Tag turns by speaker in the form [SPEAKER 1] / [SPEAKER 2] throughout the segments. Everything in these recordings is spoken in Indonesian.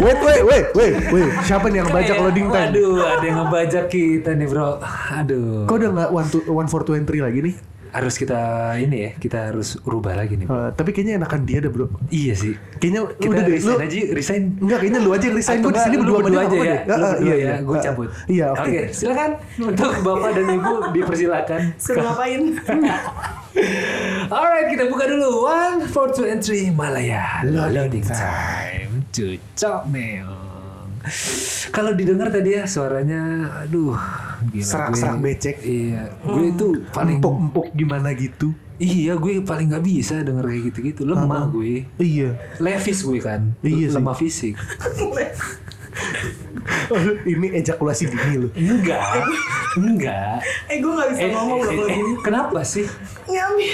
[SPEAKER 1] Wait, wait, wait, wait, wait. Siapa nih yang bajak
[SPEAKER 2] Kayak,
[SPEAKER 1] loading time?
[SPEAKER 2] ya. Waduh, ada yang ngebajak kita nih bro. Aduh.
[SPEAKER 1] Kok udah nggak one, to- one for twenty lagi nih?
[SPEAKER 2] Harus kita ini ya, kita harus rubah lagi nih.
[SPEAKER 1] Eh, tapi kayaknya enakan dia deh bro.
[SPEAKER 2] Iya sih.
[SPEAKER 1] Kayaknya
[SPEAKER 2] Kita
[SPEAKER 1] udah deh, lu
[SPEAKER 2] resign aja, resign.
[SPEAKER 1] Enggak, kayaknya lu aja yang resign.
[SPEAKER 2] Atau
[SPEAKER 1] Gue di sini
[SPEAKER 2] enggak, lu
[SPEAKER 1] berdua
[SPEAKER 2] berdua aja
[SPEAKER 1] sama
[SPEAKER 2] ya.
[SPEAKER 1] dia.
[SPEAKER 2] Lu
[SPEAKER 1] Eh, eh,
[SPEAKER 2] berdua ya, gue
[SPEAKER 1] Eh, eh.
[SPEAKER 2] cabut.
[SPEAKER 1] Iya, oke.
[SPEAKER 2] silakan untuk Bapak dan Ibu dipersilakan.
[SPEAKER 3] Suruh ngapain?
[SPEAKER 2] Alright, kita buka dulu. One, four, two, and three. Malaya. Loading time. Cocok, Meong. Kalau didengar tadi ya suaranya, aduh, gila,
[SPEAKER 1] Serak-serak
[SPEAKER 2] gue-
[SPEAKER 1] becek.
[SPEAKER 2] Iya, gue itu paling
[SPEAKER 1] Empuk-empuk gimana gitu. Ah,
[SPEAKER 2] Iya, gue paling nggak bisa denger kayak gitu-gitu. Lemah gue.
[SPEAKER 1] Iya.
[SPEAKER 2] Levis gue kan.
[SPEAKER 1] Iya sih.
[SPEAKER 2] Lemah fisik.
[SPEAKER 1] Ini ejakulasi dini lu.
[SPEAKER 2] Enggak. Enggak.
[SPEAKER 3] eh gue gak bisa
[SPEAKER 2] Eh,
[SPEAKER 3] ngomong loh
[SPEAKER 2] eh,
[SPEAKER 3] kalau
[SPEAKER 2] eh,
[SPEAKER 3] gini.
[SPEAKER 2] kenapa sih?
[SPEAKER 3] Nyambi.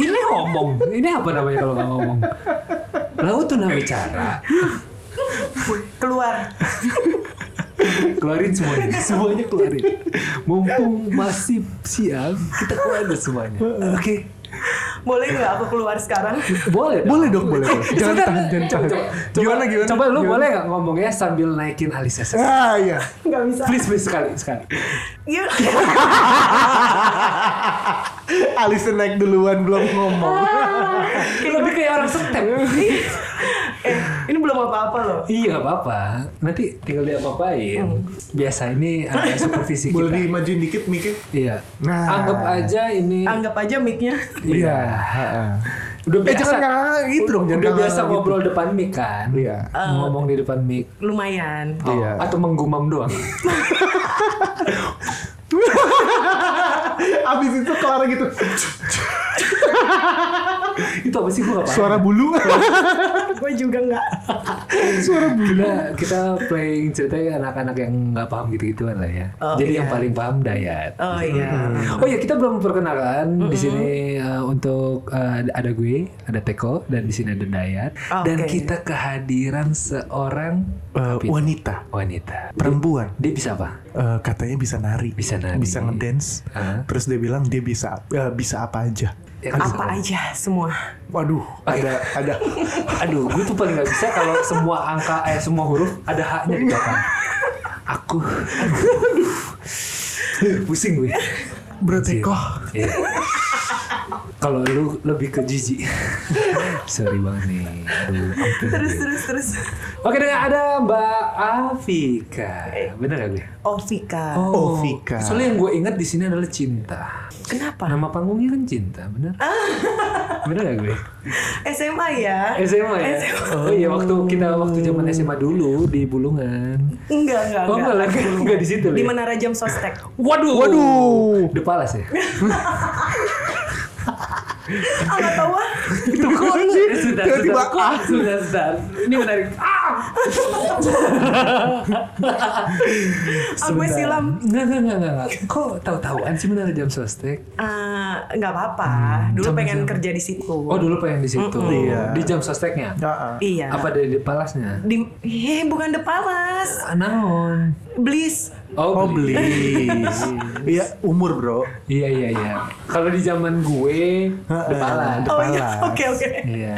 [SPEAKER 2] Ini ngomong. Ini apa namanya kalau nggak ngomong? Laut tuh namanya bicara.
[SPEAKER 3] Keluar.
[SPEAKER 2] Keluarin semuanya. Semuanya keluarin. Mumpung masih siang, kita keluarin semuanya. Oke.
[SPEAKER 3] Boleh gak aku keluar sekarang?
[SPEAKER 2] Boleh.
[SPEAKER 1] Boleh dong, boleh. boleh. Jangan
[SPEAKER 2] Sebentar.
[SPEAKER 1] tahan, jangan tahan.
[SPEAKER 2] Coba, coba,
[SPEAKER 1] Gimana, gimana?
[SPEAKER 2] Coba lu
[SPEAKER 1] Gimana?
[SPEAKER 2] boleh nggak ngomongnya sambil naikin alisnya?
[SPEAKER 1] Ah, iya.
[SPEAKER 3] Gak bisa.
[SPEAKER 2] Please, please sekali, sekali.
[SPEAKER 3] Yuk.
[SPEAKER 1] Alisnya naik duluan belum ngomong.
[SPEAKER 2] Lebih kayak orang setem.
[SPEAKER 3] eh, ini belum apa-apa loh.
[SPEAKER 2] iya, nggak apa-apa. Nanti tinggal dia apain. Biasa ini ada supervisi
[SPEAKER 1] Boleh
[SPEAKER 2] kita.
[SPEAKER 1] dimajuin dikit mikir.
[SPEAKER 2] Iya.
[SPEAKER 1] Nah.
[SPEAKER 2] Anggap aja ini.
[SPEAKER 3] Anggap aja mic-nya.
[SPEAKER 2] Iya. Udah
[SPEAKER 1] Eh
[SPEAKER 2] biasa.
[SPEAKER 1] jangan ngarang gitu dong, jangan
[SPEAKER 2] udah
[SPEAKER 1] ngarang
[SPEAKER 2] biasa
[SPEAKER 1] gitu.
[SPEAKER 2] ngobrol depan mic kan.
[SPEAKER 1] Iya.
[SPEAKER 2] Ngomong di depan mic.
[SPEAKER 3] Lumayan.
[SPEAKER 2] Oh,
[SPEAKER 1] Iya.
[SPEAKER 2] Atau menggumam doang.
[SPEAKER 1] Abis itu kelar gitu.
[SPEAKER 2] Itu apa sih gua nggak paham.
[SPEAKER 1] Suara bulu.
[SPEAKER 3] gue juga nggak.
[SPEAKER 1] Suara bulu.
[SPEAKER 2] Kita, kita playing ceritanya anak-anak yang nggak paham gitu-gituan lah ya.
[SPEAKER 3] Oh,
[SPEAKER 2] Jadi
[SPEAKER 3] iya.
[SPEAKER 2] yang paling paham Dayat.
[SPEAKER 3] Oh iya.
[SPEAKER 2] Oh ya kita belum perkenalkan di sini uh, untuk uh, ada gue, ada Teko dan di sini ada Dayat dan
[SPEAKER 3] Ah, Oke.
[SPEAKER 2] kita kehadiran seorang
[SPEAKER 1] Eh,
[SPEAKER 2] Pit-
[SPEAKER 1] wanita.
[SPEAKER 2] wanita.
[SPEAKER 1] Perempuan.
[SPEAKER 2] Dia bisa apa?
[SPEAKER 1] Eh, katanya bisa nari.
[SPEAKER 2] Bisa nari.
[SPEAKER 1] Bisa ngedance.
[SPEAKER 2] Ah.
[SPEAKER 1] Terus dia bilang dia bisa eh, bisa apa aja.
[SPEAKER 2] Ya, kan
[SPEAKER 3] Apa
[SPEAKER 2] bisa.
[SPEAKER 3] aja semua.
[SPEAKER 1] Waduh,
[SPEAKER 2] Ah,
[SPEAKER 1] ada
[SPEAKER 2] iya.
[SPEAKER 1] ada
[SPEAKER 2] Aduh, gue tuh paling nggak bisa kalau semua angka eh semua huruf ada haknya di belakang. Aku aduh. pusing gue.
[SPEAKER 1] Bro Teko.
[SPEAKER 2] Iya. Kalau lu lebih ke jijik. Sorry banget nih. Aduh, ampun
[SPEAKER 3] Terus
[SPEAKER 2] gue.
[SPEAKER 3] terus terus.
[SPEAKER 2] Oke, dengan ada Mbak Afika. Bener gak gue?
[SPEAKER 3] Oh Vika.
[SPEAKER 1] Oh, Vika.
[SPEAKER 2] Soalnya yang gue ingat di sini adalah cinta.
[SPEAKER 3] Kenapa?
[SPEAKER 2] Nama panggungnya kan cinta, bener? bener gak gue?
[SPEAKER 3] SMA ya?
[SPEAKER 2] SMA ya?
[SPEAKER 3] SMA.
[SPEAKER 2] Oh iya, waktu kita waktu zaman SMA dulu di Bulungan.
[SPEAKER 3] Enggak, enggak,
[SPEAKER 2] Oh, enggak lagi, enggak di situ,
[SPEAKER 3] Di
[SPEAKER 2] ya?
[SPEAKER 3] Menara Jam Sostek.
[SPEAKER 2] Waduh.
[SPEAKER 1] Waduh.
[SPEAKER 2] The Palace ya?
[SPEAKER 3] Ah, nggak tahu ah.
[SPEAKER 2] Itu kok
[SPEAKER 1] sih?
[SPEAKER 2] Eh, Sudah,
[SPEAKER 1] Tiba-tiba,
[SPEAKER 2] sudah, kok, sudah, sudah. Ini menarik. Ah!
[SPEAKER 3] Ah, gue
[SPEAKER 2] Sebentar.
[SPEAKER 3] silam.
[SPEAKER 2] Enggak, enggak, enggak, enggak. Kok tahu-tahuan sih benar jam sostek?
[SPEAKER 3] Eh, Enggak apa-apa. Dulu
[SPEAKER 2] Sama-sama.
[SPEAKER 3] pengen kerja di situ.
[SPEAKER 2] Hmm, Oh dulu pengen di situ.
[SPEAKER 1] Iya.
[SPEAKER 2] Di jam sosteknya?
[SPEAKER 1] Heeh.
[SPEAKER 3] Iya.
[SPEAKER 2] Apa dari di palasnya?
[SPEAKER 3] Di, eh, bukan The Palace.
[SPEAKER 2] Anaon.
[SPEAKER 3] Bliss.
[SPEAKER 1] Oh beli. Iya, umur, Bro.
[SPEAKER 2] Iya iya iya. Kalau di zaman gue
[SPEAKER 1] Heeh.
[SPEAKER 2] di palas.
[SPEAKER 1] The
[SPEAKER 3] Oh iya,
[SPEAKER 1] Palace.
[SPEAKER 3] oke oke.
[SPEAKER 2] Iya.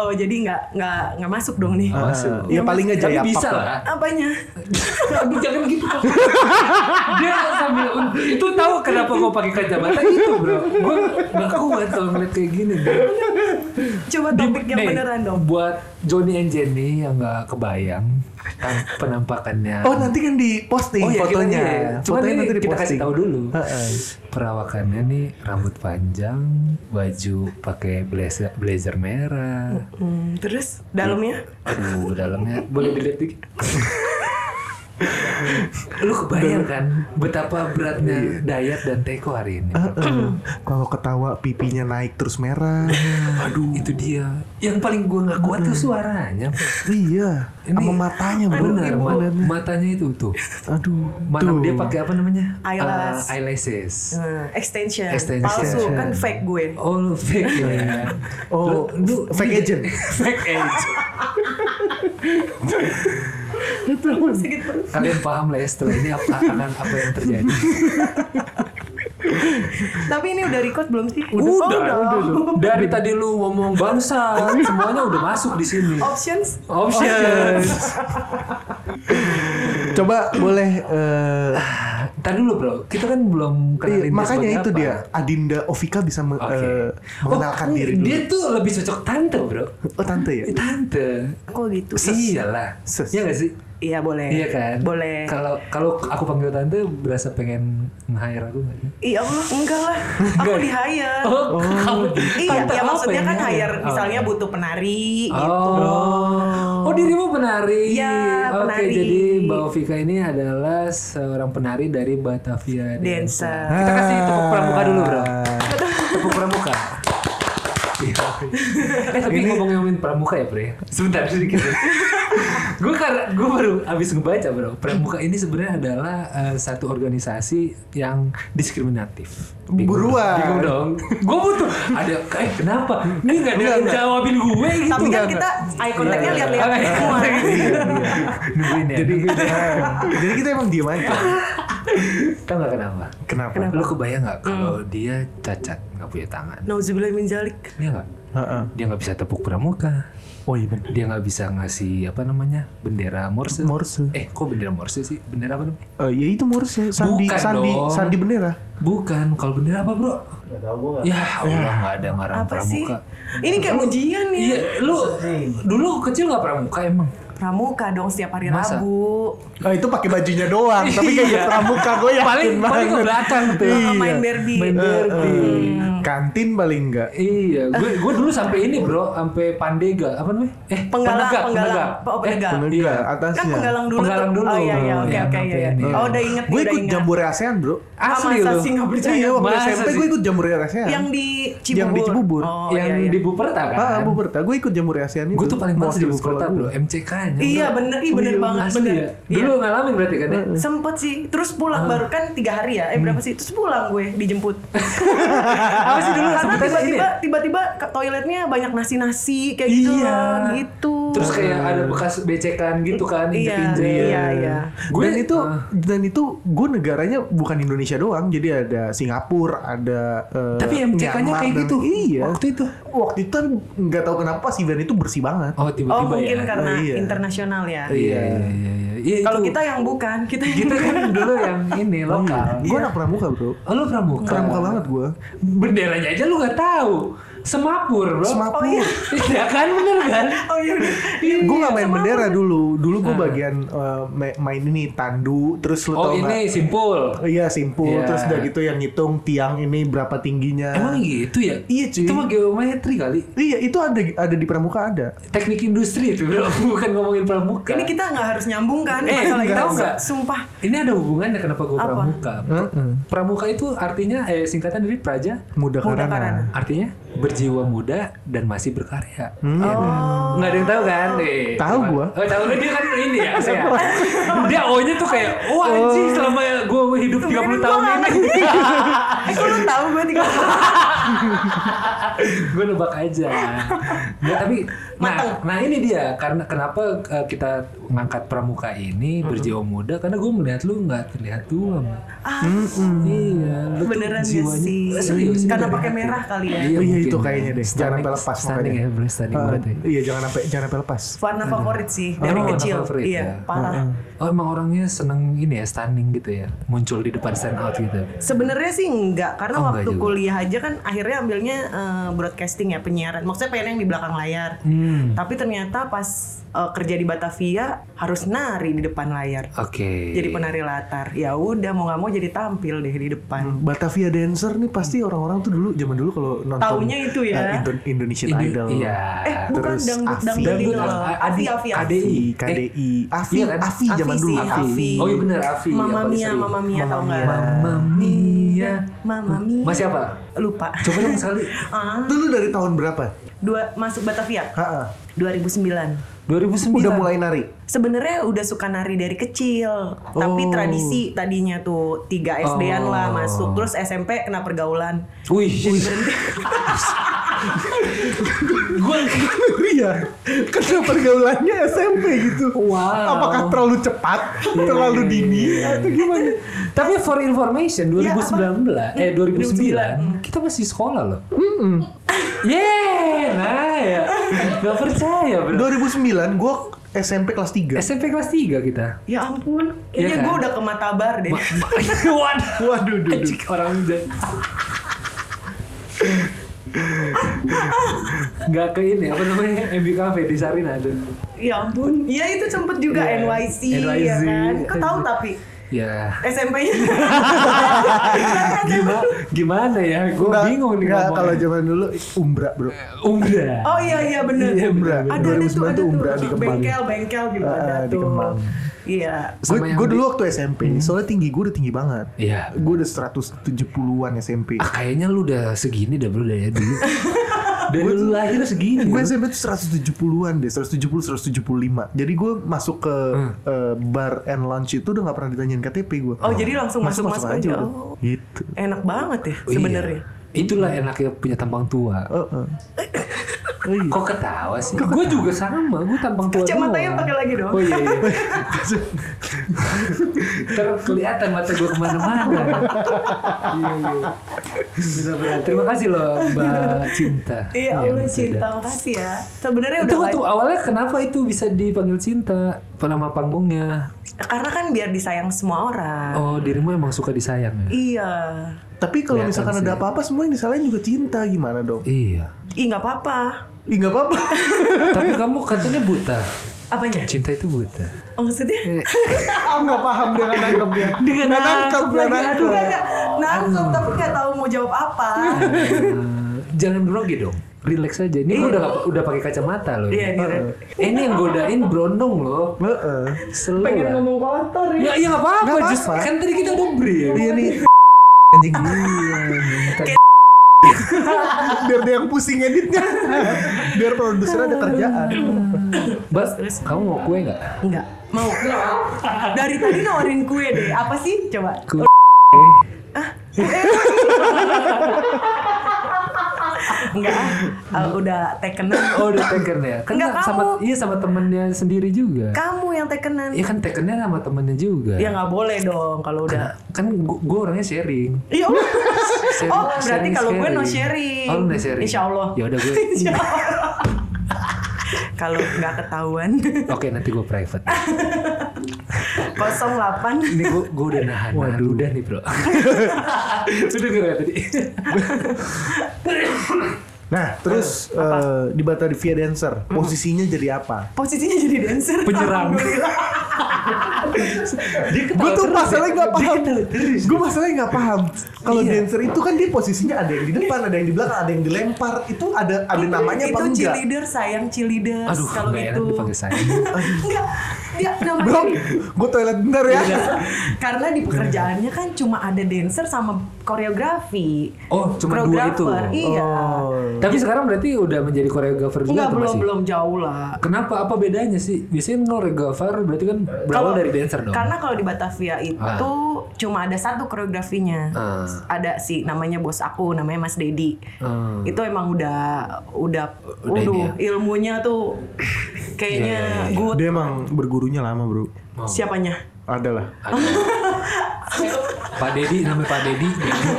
[SPEAKER 3] Oh jadi nggak nggak nggak masuk dong nih.
[SPEAKER 2] Nggak Ah, masuk.
[SPEAKER 1] Iya, paling nggak
[SPEAKER 2] Tapi
[SPEAKER 1] Jaya
[SPEAKER 2] bisa
[SPEAKER 1] Pop.
[SPEAKER 2] lah.
[SPEAKER 3] Apanya?
[SPEAKER 2] Aduh, jangan gitu Pak. Dia sambil itu tahu kenapa gue pakai kacamata itu bro. Gue gak kuat kalau ngeliat kayak gini. Bro.
[SPEAKER 3] Coba topik yang
[SPEAKER 2] Nih,
[SPEAKER 3] beneran dong.
[SPEAKER 2] Buat Johnny and Jenny yang gak kebayang tam- penampakannya.
[SPEAKER 1] Oh, nanti kan di posting
[SPEAKER 2] Oh, iya,
[SPEAKER 1] fotonya.
[SPEAKER 2] kita- iya. Cuman
[SPEAKER 1] fotonya
[SPEAKER 2] ini
[SPEAKER 1] nanti
[SPEAKER 2] kita
[SPEAKER 1] di
[SPEAKER 2] kasih
[SPEAKER 1] posting.
[SPEAKER 2] tahu dulu.
[SPEAKER 1] Heeh.
[SPEAKER 2] Perawakannya nih rambut panjang, baju pakai blazer blazer merah.
[SPEAKER 3] Hmm, terus dalamnya?
[SPEAKER 2] Aduh, dalamnya boleh dilihat dikit. Lu kebayang kan betapa beratnya Dayat dan Teko hari ini.
[SPEAKER 1] Heeh. Eh, Kalau ketawa pipinya naik terus merah.
[SPEAKER 2] Aduh, itu dia. Yang paling gua nggak kuat tuh suaranya.
[SPEAKER 1] iya,
[SPEAKER 2] Ini-
[SPEAKER 1] sama matanya, Bro.
[SPEAKER 2] Benar, ma-
[SPEAKER 1] Matanya.
[SPEAKER 2] matanya itu tuh.
[SPEAKER 1] Aduh.
[SPEAKER 2] Mata
[SPEAKER 1] tuh.
[SPEAKER 2] dia pakai apa namanya?
[SPEAKER 3] Eyelash.
[SPEAKER 2] Eh, eyelashes.
[SPEAKER 3] Hmm, extension.
[SPEAKER 2] Extension.
[SPEAKER 3] Palsu kan fake gue.
[SPEAKER 2] Oh, lu fake ya.
[SPEAKER 1] Oh,
[SPEAKER 2] Lu- lu-
[SPEAKER 1] fake agent.
[SPEAKER 2] fake agent.
[SPEAKER 3] Sedikit pun. gitu.
[SPEAKER 2] Kalian paham lah ya setelah ini apa akan apa yang terjadi.
[SPEAKER 3] Tapi ini udah record belum sih?
[SPEAKER 2] Udah,
[SPEAKER 3] Oh,
[SPEAKER 2] udah,
[SPEAKER 3] udah.
[SPEAKER 2] Dari tadi lu ngomong bangsa, semuanya udah masuk di sini.
[SPEAKER 1] Oh.
[SPEAKER 3] Options
[SPEAKER 1] iya.
[SPEAKER 2] Options.
[SPEAKER 1] Coba boleh eh,
[SPEAKER 2] Tadi dulu bro, kita kan belum kenalin
[SPEAKER 1] iya,
[SPEAKER 2] dia
[SPEAKER 1] makanya
[SPEAKER 2] sebagai
[SPEAKER 1] itu
[SPEAKER 2] apa.
[SPEAKER 1] dia Adinda Ovika bisa me-
[SPEAKER 2] Oke.
[SPEAKER 1] eh, mengenalkan
[SPEAKER 2] Oh,
[SPEAKER 1] diri dulu.
[SPEAKER 2] Dia tuh lebih cocok tante bro.
[SPEAKER 1] Oh tante ya.
[SPEAKER 2] Eh, Tante.
[SPEAKER 3] Kok gitu?
[SPEAKER 2] Iyalah.
[SPEAKER 1] Ses. Eh,
[SPEAKER 2] Iya gak sih?
[SPEAKER 3] Iya boleh.
[SPEAKER 2] Iya kan?
[SPEAKER 3] Boleh.
[SPEAKER 2] Kalau kalau aku panggil tante berasa pengen nge-hire aku gak sih?
[SPEAKER 3] Iya Allah, enggak lah. Aku
[SPEAKER 2] Enggak. ya?
[SPEAKER 3] di hire.
[SPEAKER 2] Oh, kamu
[SPEAKER 3] Iya,
[SPEAKER 2] tante
[SPEAKER 3] ya
[SPEAKER 2] apa
[SPEAKER 3] maksudnya
[SPEAKER 2] yang
[SPEAKER 3] kan
[SPEAKER 2] nge-hire?
[SPEAKER 3] hire
[SPEAKER 2] Oh.
[SPEAKER 3] misalnya butuh penari
[SPEAKER 2] Oh.
[SPEAKER 3] gitu.
[SPEAKER 2] Oh, dirimu penari.
[SPEAKER 3] Iya,
[SPEAKER 2] Oke,
[SPEAKER 3] penari.
[SPEAKER 2] jadi Mbak Ovika ini adalah seorang penari dari Batavia
[SPEAKER 3] Dancer.
[SPEAKER 2] Kita kasih tepuk pramuka dulu, Bro. Tepuk pramuka. Iya. eh, tapi ngomongin pramuka ya, Bre. Sebentar sedikit. gue kan gue baru abis ngebaca, Bro. Pramuka ini sebenarnya adalah eh, satu organisasi yang diskriminatif.
[SPEAKER 1] Buruan.
[SPEAKER 2] Bingung dong. Gue butuh ada eh kenapa? Ini enggak ada yang jawabin gue gitu.
[SPEAKER 3] Tapi kan
[SPEAKER 2] Nggak,
[SPEAKER 3] kita eye contact-nya lihat-lihat
[SPEAKER 2] Iya,
[SPEAKER 3] semua.
[SPEAKER 2] iya, iya. Nungguin ya.
[SPEAKER 1] Jadi, jadi kita emang diem aja.
[SPEAKER 2] tau gak kenapa?
[SPEAKER 1] Kenapa?
[SPEAKER 2] Lu kebayang gak
[SPEAKER 3] Hmm.
[SPEAKER 2] kalau dia cacat nggak punya tangan?
[SPEAKER 3] Nauzubillah min zalik.
[SPEAKER 2] Dia nggak.
[SPEAKER 1] Heeh.
[SPEAKER 2] Dia nggak bisa tepuk pramuka.
[SPEAKER 1] Oh iya benar.
[SPEAKER 2] Dia nggak bisa ngasih apa namanya bendera Morse.
[SPEAKER 1] Morse.
[SPEAKER 2] Eh kok bendera Morse sih? Bendera apa namanya?
[SPEAKER 1] Eh, ya itu Morse, sandi,
[SPEAKER 2] Bukan
[SPEAKER 1] sandi,
[SPEAKER 2] dong.
[SPEAKER 1] sandi bendera.
[SPEAKER 2] Bukan. Kalau bendera apa bro? Ya Allah nggak ada ngarang
[SPEAKER 3] Apa sih?
[SPEAKER 2] pramuka.
[SPEAKER 3] Ini kayak ujian ya.
[SPEAKER 2] Iya, lu dulu kecil nggak pramuka emang?
[SPEAKER 3] Pramuka dong setiap hari
[SPEAKER 2] Masa?
[SPEAKER 3] Rabu.
[SPEAKER 2] Eh,
[SPEAKER 1] Nah, itu pakai bajunya doang, tapi
[SPEAKER 2] Iya.
[SPEAKER 1] kayak pramuka gue yakin
[SPEAKER 2] Paling paling ke
[SPEAKER 1] banget.
[SPEAKER 2] belakang tuh.
[SPEAKER 1] Iya.
[SPEAKER 3] Main Barbie.
[SPEAKER 2] Main Barbie.
[SPEAKER 1] Kantin paling enggak.
[SPEAKER 2] Iya, gue gue dulu sampai ini bro, sampai Pandega apa namanya? Eh,
[SPEAKER 3] Penggalang, penggalang. Oh,
[SPEAKER 2] penegak.
[SPEAKER 3] penegak.
[SPEAKER 2] Eh,
[SPEAKER 1] Bener
[SPEAKER 2] iya.
[SPEAKER 1] juga, atasnya.
[SPEAKER 3] Kan penggalang dulu.
[SPEAKER 2] Penggalang
[SPEAKER 3] tuh.
[SPEAKER 2] dulu.
[SPEAKER 3] Oh iya iya oke
[SPEAKER 2] Iya,
[SPEAKER 3] oke iya.
[SPEAKER 2] ngapain, iya.
[SPEAKER 3] Oh udah inget
[SPEAKER 1] Gue
[SPEAKER 3] nih, udah
[SPEAKER 1] ikut
[SPEAKER 3] inget.
[SPEAKER 1] jambore ASEAN, Bro.
[SPEAKER 2] Asli
[SPEAKER 3] Ah, masa
[SPEAKER 2] lu.
[SPEAKER 3] sih nggak percaya?
[SPEAKER 1] Iya, waktu
[SPEAKER 2] ya? Masa
[SPEAKER 1] SMP
[SPEAKER 2] sih?
[SPEAKER 1] gue ikut jambore ASEAN.
[SPEAKER 3] Yang di Cibubur.
[SPEAKER 1] Yang di Cibubur.
[SPEAKER 3] Oh,
[SPEAKER 2] yang
[SPEAKER 3] iya, iya.
[SPEAKER 2] di Buperta kan?
[SPEAKER 1] Ah, Bu Berta, gue ikut jambore ASEAN itu.
[SPEAKER 2] Gue tuh paling males di
[SPEAKER 1] Mewakili
[SPEAKER 2] Buperta
[SPEAKER 1] sekolah
[SPEAKER 2] bro,
[SPEAKER 1] gue.
[SPEAKER 2] MCK-nya.
[SPEAKER 3] Iya,
[SPEAKER 2] bro.
[SPEAKER 3] bener. Ih, bener
[SPEAKER 2] Iya,
[SPEAKER 3] banget,
[SPEAKER 2] asli
[SPEAKER 3] bener.
[SPEAKER 2] ya.
[SPEAKER 3] Iya.
[SPEAKER 2] Dulu ngalamin berarti kan ya?
[SPEAKER 3] Sempet sih, terus
[SPEAKER 2] Ah.
[SPEAKER 3] pulang baru kan tiga hari ya, eh berapa sih? Terus pulang gue dijemput.
[SPEAKER 2] Hmm. Apa sih dulu?
[SPEAKER 3] Karena
[SPEAKER 2] sebutannya ini
[SPEAKER 3] tiba-tiba
[SPEAKER 2] ya?
[SPEAKER 3] tiba-tiba ke toiletnya banyak nasi-nasi kayak gitu
[SPEAKER 2] Iya.
[SPEAKER 3] loh, gitu.
[SPEAKER 2] Terus kan kayak ada
[SPEAKER 1] Iya.
[SPEAKER 2] bekas becekan gitu kan,
[SPEAKER 3] Iya,
[SPEAKER 2] injek-injek.
[SPEAKER 3] iya, iya.
[SPEAKER 2] Gue
[SPEAKER 1] dan itu
[SPEAKER 2] Ah.
[SPEAKER 1] dan itu gue negaranya bukan Indonesia doang, jadi ada Singapura, ada eh,
[SPEAKER 2] Tapi MCK-nya
[SPEAKER 1] Myanmar
[SPEAKER 2] kayak
[SPEAKER 1] dan-
[SPEAKER 2] gitu.
[SPEAKER 1] Iya.
[SPEAKER 2] Waktu itu.
[SPEAKER 1] Waktu itu kan nggak tahu kenapa sih dan itu bersih banget.
[SPEAKER 2] Oh,
[SPEAKER 3] Oh
[SPEAKER 2] tiba-tiba
[SPEAKER 3] mungkin
[SPEAKER 2] ya.
[SPEAKER 3] karena
[SPEAKER 1] Oh, iya.
[SPEAKER 3] internasional ya.
[SPEAKER 2] Iya, iya, iya, iya. Iya,
[SPEAKER 3] Kalau
[SPEAKER 2] itu-
[SPEAKER 3] kita yang bukan, kita yang
[SPEAKER 2] kita kan dulu yang ini lokal.
[SPEAKER 1] Gue Iya. anak pramuka, Bro.
[SPEAKER 2] Oh, lu pramuka.
[SPEAKER 1] Pramuka banget gue.
[SPEAKER 2] Benderanya aja lu nggak tahu. Semapur, bro.
[SPEAKER 1] Semapur.
[SPEAKER 2] Oh, iya. Iya kan, bener kan?
[SPEAKER 3] Oh iya.
[SPEAKER 1] Gue gak main bendera dulu. Dulu gue bagian eh, ma- main ini tandu. Terus lu
[SPEAKER 2] Ah. Oh,
[SPEAKER 1] tau gak?
[SPEAKER 2] ini simpul.
[SPEAKER 1] Iya simpul.
[SPEAKER 2] Iya.
[SPEAKER 1] Terus udah gitu yang ngitung tiang ini berapa tingginya.
[SPEAKER 2] Emang gitu ya?
[SPEAKER 1] Iya, cuy.
[SPEAKER 2] Itu mah geometri kali.
[SPEAKER 1] Iya itu ada ada di pramuka ada.
[SPEAKER 2] Teknik industri itu, bro. Bukan ngomongin pramuka.
[SPEAKER 3] Ini kita nggak harus nyambung kan?
[SPEAKER 2] kan. Eh,
[SPEAKER 3] masalah
[SPEAKER 2] enggak,
[SPEAKER 3] itu
[SPEAKER 2] enggak.
[SPEAKER 3] sumpah.
[SPEAKER 2] Ini ada hubungannya kenapa gue
[SPEAKER 3] Apa?
[SPEAKER 2] pramuka. Pra- Pramuka itu artinya eh, singkatan dari praja.
[SPEAKER 1] Mudah
[SPEAKER 3] Mudah
[SPEAKER 1] karena.
[SPEAKER 3] karena.
[SPEAKER 2] Artinya berjiwa muda dan masih berkarya.
[SPEAKER 1] Hmm, iya.
[SPEAKER 2] Nggak ada yang tahu kan? Eh,
[SPEAKER 1] Tahu
[SPEAKER 2] cuman-
[SPEAKER 1] gua.
[SPEAKER 2] Oh, tahu kan dia kan ini ya. saya. dia O-nya tuh kayak, oh anjing selama gua hidup 30 tahun ini.
[SPEAKER 3] Eh, kok lu tahu gue tiga
[SPEAKER 2] gua nebak aja. Nggak, tapi nah,
[SPEAKER 3] Mateng.
[SPEAKER 2] nah ini dia karena kenapa eh, kita ngangkat pramuka ini
[SPEAKER 1] Hmm.
[SPEAKER 2] berjiwa muda karena gua melihat lu nggak terlihat tua. Man.
[SPEAKER 3] Ah,
[SPEAKER 1] Hmm.
[SPEAKER 2] Iya, lu tuh
[SPEAKER 3] beneran gak
[SPEAKER 2] jiwanya-
[SPEAKER 3] sih?
[SPEAKER 2] Eh, serius, ini
[SPEAKER 3] Karena
[SPEAKER 2] dari
[SPEAKER 3] pakai
[SPEAKER 2] hati.
[SPEAKER 3] merah kali ya.
[SPEAKER 1] Iya,
[SPEAKER 2] mungkin
[SPEAKER 1] itu
[SPEAKER 2] ya.
[SPEAKER 1] kayaknya deh. Jangan
[SPEAKER 2] Stunning-
[SPEAKER 1] sampai lepas
[SPEAKER 2] Stunning
[SPEAKER 1] makanya.
[SPEAKER 2] ya, bro, stunning
[SPEAKER 1] Eh,
[SPEAKER 2] banget ya.
[SPEAKER 1] iya jangan sampai jangan sampai lepas.
[SPEAKER 3] Ah, Warna favorit sih dari
[SPEAKER 2] Emang Oh, warna
[SPEAKER 3] kecil.
[SPEAKER 2] favorit
[SPEAKER 3] Iya,
[SPEAKER 2] ya?
[SPEAKER 3] parah.
[SPEAKER 2] Oh emang orangnya seneng ini ya stunning gitu ya, muncul di depan stand out gitu.
[SPEAKER 3] Sebenarnya sih enggak, karena
[SPEAKER 2] Oh, enggak
[SPEAKER 3] waktu
[SPEAKER 2] juga.
[SPEAKER 3] kuliah aja kan akhirnya ambilnya eh, broadcasting ya penyiaran. Maksudnya pengen yang di belakang layar.
[SPEAKER 2] Hmm.
[SPEAKER 3] Tapi ternyata pas eh, kerja di Batavia harus nari di depan layar.
[SPEAKER 2] Oke.
[SPEAKER 3] Jadi penari latar. Ya udah mau nggak mau jadi tampil deh di
[SPEAKER 2] Hmm.
[SPEAKER 3] depan.
[SPEAKER 1] Batavia dancer nih pasti orang-orang tuh dulu zaman dulu kalau nonton
[SPEAKER 3] Taunya itu ya.
[SPEAKER 1] eh, Indo- Indonesian
[SPEAKER 2] Ini-
[SPEAKER 1] Idol.
[SPEAKER 2] Iya.
[SPEAKER 3] Eh bukan
[SPEAKER 1] terus
[SPEAKER 3] dangdut
[SPEAKER 1] Afi.
[SPEAKER 3] dangdut itu
[SPEAKER 2] Dangdut,
[SPEAKER 3] loh.
[SPEAKER 2] Adi-
[SPEAKER 3] Afi Afi Afi.
[SPEAKER 2] Adi-
[SPEAKER 1] KDI,
[SPEAKER 2] Eh,
[SPEAKER 1] KDI, Afi,
[SPEAKER 2] iya kan?
[SPEAKER 1] Afi
[SPEAKER 3] Afi
[SPEAKER 1] zaman dulu
[SPEAKER 3] sih,
[SPEAKER 1] Afi.
[SPEAKER 3] Afi.
[SPEAKER 2] Oh iya benar Afi. ya,
[SPEAKER 3] Mama
[SPEAKER 2] paling
[SPEAKER 3] Mia,
[SPEAKER 2] sering.
[SPEAKER 3] Mama Mia tau nggak?
[SPEAKER 2] Mama Mia.
[SPEAKER 3] Mama Mia.
[SPEAKER 2] Masih apa?
[SPEAKER 3] Lupa.
[SPEAKER 2] Coba dong sekali.
[SPEAKER 3] Ah,
[SPEAKER 1] Itu lu dari tahun berapa?
[SPEAKER 3] dua masuk Batavia
[SPEAKER 1] Ha-ha.
[SPEAKER 3] 2009.
[SPEAKER 2] 2009.
[SPEAKER 1] Udah mulai nari.
[SPEAKER 3] Sebenarnya udah suka nari dari kecil, tapi
[SPEAKER 1] Oh.
[SPEAKER 3] tradisi tadinya tuh 3 SD-an lah
[SPEAKER 2] Oh.
[SPEAKER 1] Iya,
[SPEAKER 3] masuk, terus SMP kena pergaulan.
[SPEAKER 2] Wih. Wih. Gue
[SPEAKER 1] Iya, karena pergaulannya SMP gitu.
[SPEAKER 2] Wow. Iya,
[SPEAKER 1] Apakah terlalu cepat, terlalu dini, atau gimana?
[SPEAKER 2] tapi for
[SPEAKER 3] Ya,
[SPEAKER 2] information 2019 eh
[SPEAKER 3] 2009,
[SPEAKER 2] 2009, kita masih sekolah loh. Yeah, nah ya. Gak percaya bro.
[SPEAKER 1] 2009 gue SMP kelas 3
[SPEAKER 2] SMP kelas 3 kita.
[SPEAKER 3] Ya ampun, kayaknya
[SPEAKER 2] Iya kan?
[SPEAKER 3] gue udah ke Matabar deh.
[SPEAKER 2] Waduh.
[SPEAKER 1] Waduh, duh, duh.
[SPEAKER 2] Anjing, orang udah. Gak ke ini apa namanya MB Cafe di Sarina tuh.
[SPEAKER 3] ya ampun, ya itu sempet juga
[SPEAKER 2] Iya.
[SPEAKER 3] NYC, ya
[SPEAKER 2] NYC.
[SPEAKER 3] kan. Kau tahu tapi
[SPEAKER 2] Ya.
[SPEAKER 3] SMP-nya.
[SPEAKER 2] Gimana, gimana ya? Gue
[SPEAKER 1] Nggak-
[SPEAKER 2] bingung nih
[SPEAKER 1] nggak,
[SPEAKER 2] ngomongnya.
[SPEAKER 1] kalau zaman dulu Umbra bro
[SPEAKER 2] Umbra.
[SPEAKER 3] oh iya iya benar.
[SPEAKER 2] Iya,
[SPEAKER 1] Umbra.
[SPEAKER 3] Ada ada tuh ada
[SPEAKER 1] 2009 tuh
[SPEAKER 3] tuh
[SPEAKER 1] Umbra di Kemang.
[SPEAKER 3] bengkel bengkel juga
[SPEAKER 1] Ah,
[SPEAKER 3] ada
[SPEAKER 1] di
[SPEAKER 3] tuh.
[SPEAKER 1] Kemang.
[SPEAKER 3] Iya.
[SPEAKER 1] gue
[SPEAKER 2] Sama yang
[SPEAKER 1] gue
[SPEAKER 2] di- Hmm.
[SPEAKER 1] dulu waktu SMP soalnya tinggi gue udah tinggi banget
[SPEAKER 2] Iya.
[SPEAKER 1] gue udah 170-an SMP
[SPEAKER 2] Ah, kayaknya lu udah segini dah bro dari dulu. Dari lu lahir
[SPEAKER 3] Iya,
[SPEAKER 2] segini.
[SPEAKER 1] gue
[SPEAKER 2] bro.
[SPEAKER 1] SMP tuh 170-an deh 170 175 jadi gue masuk ke eh, bar and lunch itu udah nggak pernah ditanyain KTP gue
[SPEAKER 3] Hmm. Oh, jadi langsung masuk-masuk aja.
[SPEAKER 1] udah.
[SPEAKER 3] Oh.
[SPEAKER 1] gitu
[SPEAKER 3] Enak banget ya
[SPEAKER 2] Iya.
[SPEAKER 3] sebenarnya.
[SPEAKER 2] Itulah enaknya punya tampang tua.
[SPEAKER 1] Oh, oh. Oh, iya.
[SPEAKER 2] Kok ketawa sih? Gue juga sama, gue tampang tua
[SPEAKER 3] Kacamatanya
[SPEAKER 2] doang.
[SPEAKER 3] pakai lagi dong.
[SPEAKER 2] Oh iya, iya. Ntar kelihatan mata gue kemana-mana. iya, iya. Benar-benar. Terima kasih loh Mbak Cinta.
[SPEAKER 3] Iya,
[SPEAKER 2] Yang
[SPEAKER 3] Allah
[SPEAKER 2] sudah-
[SPEAKER 3] cinta makasih ya. Sebenarnya
[SPEAKER 2] Itu
[SPEAKER 3] udah
[SPEAKER 2] tuh awalnya kenapa itu bisa dipanggil Cinta? Nama panggungnya.
[SPEAKER 3] banyak. karena kan biar disayang semua orang.
[SPEAKER 2] Oh dirimu emang suka disayang ya?
[SPEAKER 3] Iya.
[SPEAKER 1] tapi kalau
[SPEAKER 2] Kelihatan
[SPEAKER 1] misalkan
[SPEAKER 2] sih.
[SPEAKER 1] ada apa-apa semua yang disalahin juga cinta gimana dong
[SPEAKER 2] Iya.
[SPEAKER 3] Ih, nggak apa-apa.
[SPEAKER 1] Ih nggak apa-apa
[SPEAKER 2] Tapi kamu katanya buta.
[SPEAKER 3] Apanya?
[SPEAKER 2] Cinta itu buta.
[SPEAKER 3] Oh,
[SPEAKER 2] Iya.
[SPEAKER 3] maksudnya?
[SPEAKER 1] Ah, nggak paham dengan nangkepnya
[SPEAKER 2] Dengan
[SPEAKER 1] Nggak nangkep nggak
[SPEAKER 3] Lagi aduh
[SPEAKER 1] nangkep.
[SPEAKER 3] nggak nangkep tapi nggak tahu mau jawab apa.
[SPEAKER 2] Eh, jangan grogi dong. Iya. Relax aja. Ini gua udah nggak- udah pakai kacamata loh.
[SPEAKER 3] Iya, iya.
[SPEAKER 2] Eh, ini yang godain brondong loh.
[SPEAKER 1] Heeh.
[SPEAKER 2] Selalu.
[SPEAKER 3] Pengen ngomong kotor ya.
[SPEAKER 2] Ya, ya nggak apa-apa.
[SPEAKER 1] Nggak
[SPEAKER 2] Just,
[SPEAKER 1] apa-apa.
[SPEAKER 2] kan tadi kita udah brief.
[SPEAKER 1] Iya nih anjing
[SPEAKER 2] Iya,
[SPEAKER 1] gila. Biar dia yang pusing editnya. Biar produser ada kerjaan.
[SPEAKER 2] Mbak, kamu mau kue nggak?
[SPEAKER 3] Enggak. Mau. Dari tadi nawarin kue deh. Apa sih? Coba.
[SPEAKER 2] Kue.
[SPEAKER 3] Enggak. ah. Eh, udah tekenan.
[SPEAKER 2] Oh, udah taken ya. Kan
[SPEAKER 3] Nggak,
[SPEAKER 2] sama
[SPEAKER 3] kamu.
[SPEAKER 2] iya sama temennya sendiri juga.
[SPEAKER 3] Kamu yang tekenan.
[SPEAKER 2] Iya kan takennya sama temennya juga.
[SPEAKER 3] Ya nggak boleh dong kalau udah.
[SPEAKER 2] Kan gua, gua orangnya sharing.
[SPEAKER 3] Iya. oh.
[SPEAKER 2] Sharing-
[SPEAKER 3] Oh, berarti
[SPEAKER 2] sharing-
[SPEAKER 3] kalau gue no sharing.
[SPEAKER 2] Oh, lu no sharing.
[SPEAKER 3] Insya Allah.
[SPEAKER 2] Ya udah gue.
[SPEAKER 3] Insya Allah. Kalau nggak ketahuan
[SPEAKER 2] Oke, nanti gue private.
[SPEAKER 3] 08
[SPEAKER 2] Ini gue gue udah nahan, nahan udah nih bro. Sudah gue tadi.
[SPEAKER 1] Nah, terus eh, di Bata di Via Dancer,
[SPEAKER 3] Hmm.
[SPEAKER 1] posisinya jadi apa?
[SPEAKER 3] posisinya jadi dancer.
[SPEAKER 2] Penyerang.
[SPEAKER 3] Alhamdulillah.
[SPEAKER 1] Gue tuh
[SPEAKER 3] ya.
[SPEAKER 1] masalahnya nggak paham.
[SPEAKER 3] Gitu.
[SPEAKER 2] terus.
[SPEAKER 1] Gue masalahnya nggak paham. Kalau
[SPEAKER 2] Iya.
[SPEAKER 1] dancer itu kan dia posisinya ada yang di depan, ada yang di belakang, ada yang dilempar. Itu ada ada namanya apa
[SPEAKER 3] itu
[SPEAKER 1] enggak?
[SPEAKER 3] cheerleader sayang cheerleader
[SPEAKER 2] Aduh,
[SPEAKER 3] kalau gitu.
[SPEAKER 2] nggak enak
[SPEAKER 3] itu
[SPEAKER 2] dipanggil saya.
[SPEAKER 3] enggak dia namanya
[SPEAKER 1] Bro, gue toilet bentar ya.
[SPEAKER 2] Iya.
[SPEAKER 3] karena di pekerjaannya kan cuma ada dancer sama koreografi
[SPEAKER 2] Oh, cuma dua itu.
[SPEAKER 3] Koreografer, iya
[SPEAKER 1] Oh.
[SPEAKER 2] Tapi sekarang berarti udah menjadi koreografer juga
[SPEAKER 3] enggak
[SPEAKER 2] atau
[SPEAKER 3] belum
[SPEAKER 2] masih?
[SPEAKER 3] belum jauh lah
[SPEAKER 2] Kenapa? Apa bedanya sih? Biasanya koreografer berarti kan berawal
[SPEAKER 3] Kalau-
[SPEAKER 2] dari dancer dong.
[SPEAKER 3] Karena kalau di Batavia itu cuma ada satu koreografinya.
[SPEAKER 2] Ah.
[SPEAKER 3] Ada si namanya bos aku, namanya Mas Dedi.
[SPEAKER 2] Ah.
[SPEAKER 3] Itu emang udah udah,
[SPEAKER 2] Udah ini ya?
[SPEAKER 3] waduh, ilmunya tuh kayaknya
[SPEAKER 2] Iya, iya, iya.
[SPEAKER 3] good.
[SPEAKER 1] Oh. Dia emang bergurunya lama bro.
[SPEAKER 2] Oh.
[SPEAKER 3] Siapanya?
[SPEAKER 1] Adalah.
[SPEAKER 2] Ada. Pak Dedi namanya Pak Dedi. Dedi.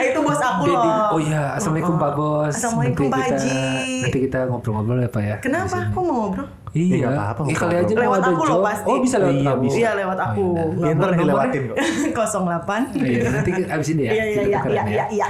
[SPEAKER 3] Eh, itu bos aku
[SPEAKER 2] Dedi.
[SPEAKER 3] loh.
[SPEAKER 2] Oh iya, assalamualaikum Pak Bos.
[SPEAKER 3] Assalamualaikum,
[SPEAKER 2] Nanti
[SPEAKER 3] Pak
[SPEAKER 2] kita-
[SPEAKER 3] Haji.
[SPEAKER 2] Nanti kita ngobrol-ngobrol ya Pak ya.
[SPEAKER 3] Kenapa? Aku mau ngobrol.
[SPEAKER 2] Iya,
[SPEAKER 1] Ya, nggak apa-apa,
[SPEAKER 2] Eh, kali
[SPEAKER 1] ngobrol.
[SPEAKER 2] aja mau
[SPEAKER 3] Lewat
[SPEAKER 2] ada
[SPEAKER 3] aku loh
[SPEAKER 2] job.
[SPEAKER 3] pasti.
[SPEAKER 2] Oh bisa lewat kamu.
[SPEAKER 1] bisa.
[SPEAKER 3] Iya lewat aku.
[SPEAKER 1] Ya,
[SPEAKER 3] Nggak
[SPEAKER 1] ntar
[SPEAKER 3] boleh.
[SPEAKER 1] dilewatin kok.
[SPEAKER 3] 08.
[SPEAKER 2] Oh, iya. Iya, nanti kita- abis ini ya.
[SPEAKER 3] Iya iya
[SPEAKER 2] kita
[SPEAKER 3] iya
[SPEAKER 2] tukeran
[SPEAKER 3] iya
[SPEAKER 2] ya.
[SPEAKER 3] iya. iya.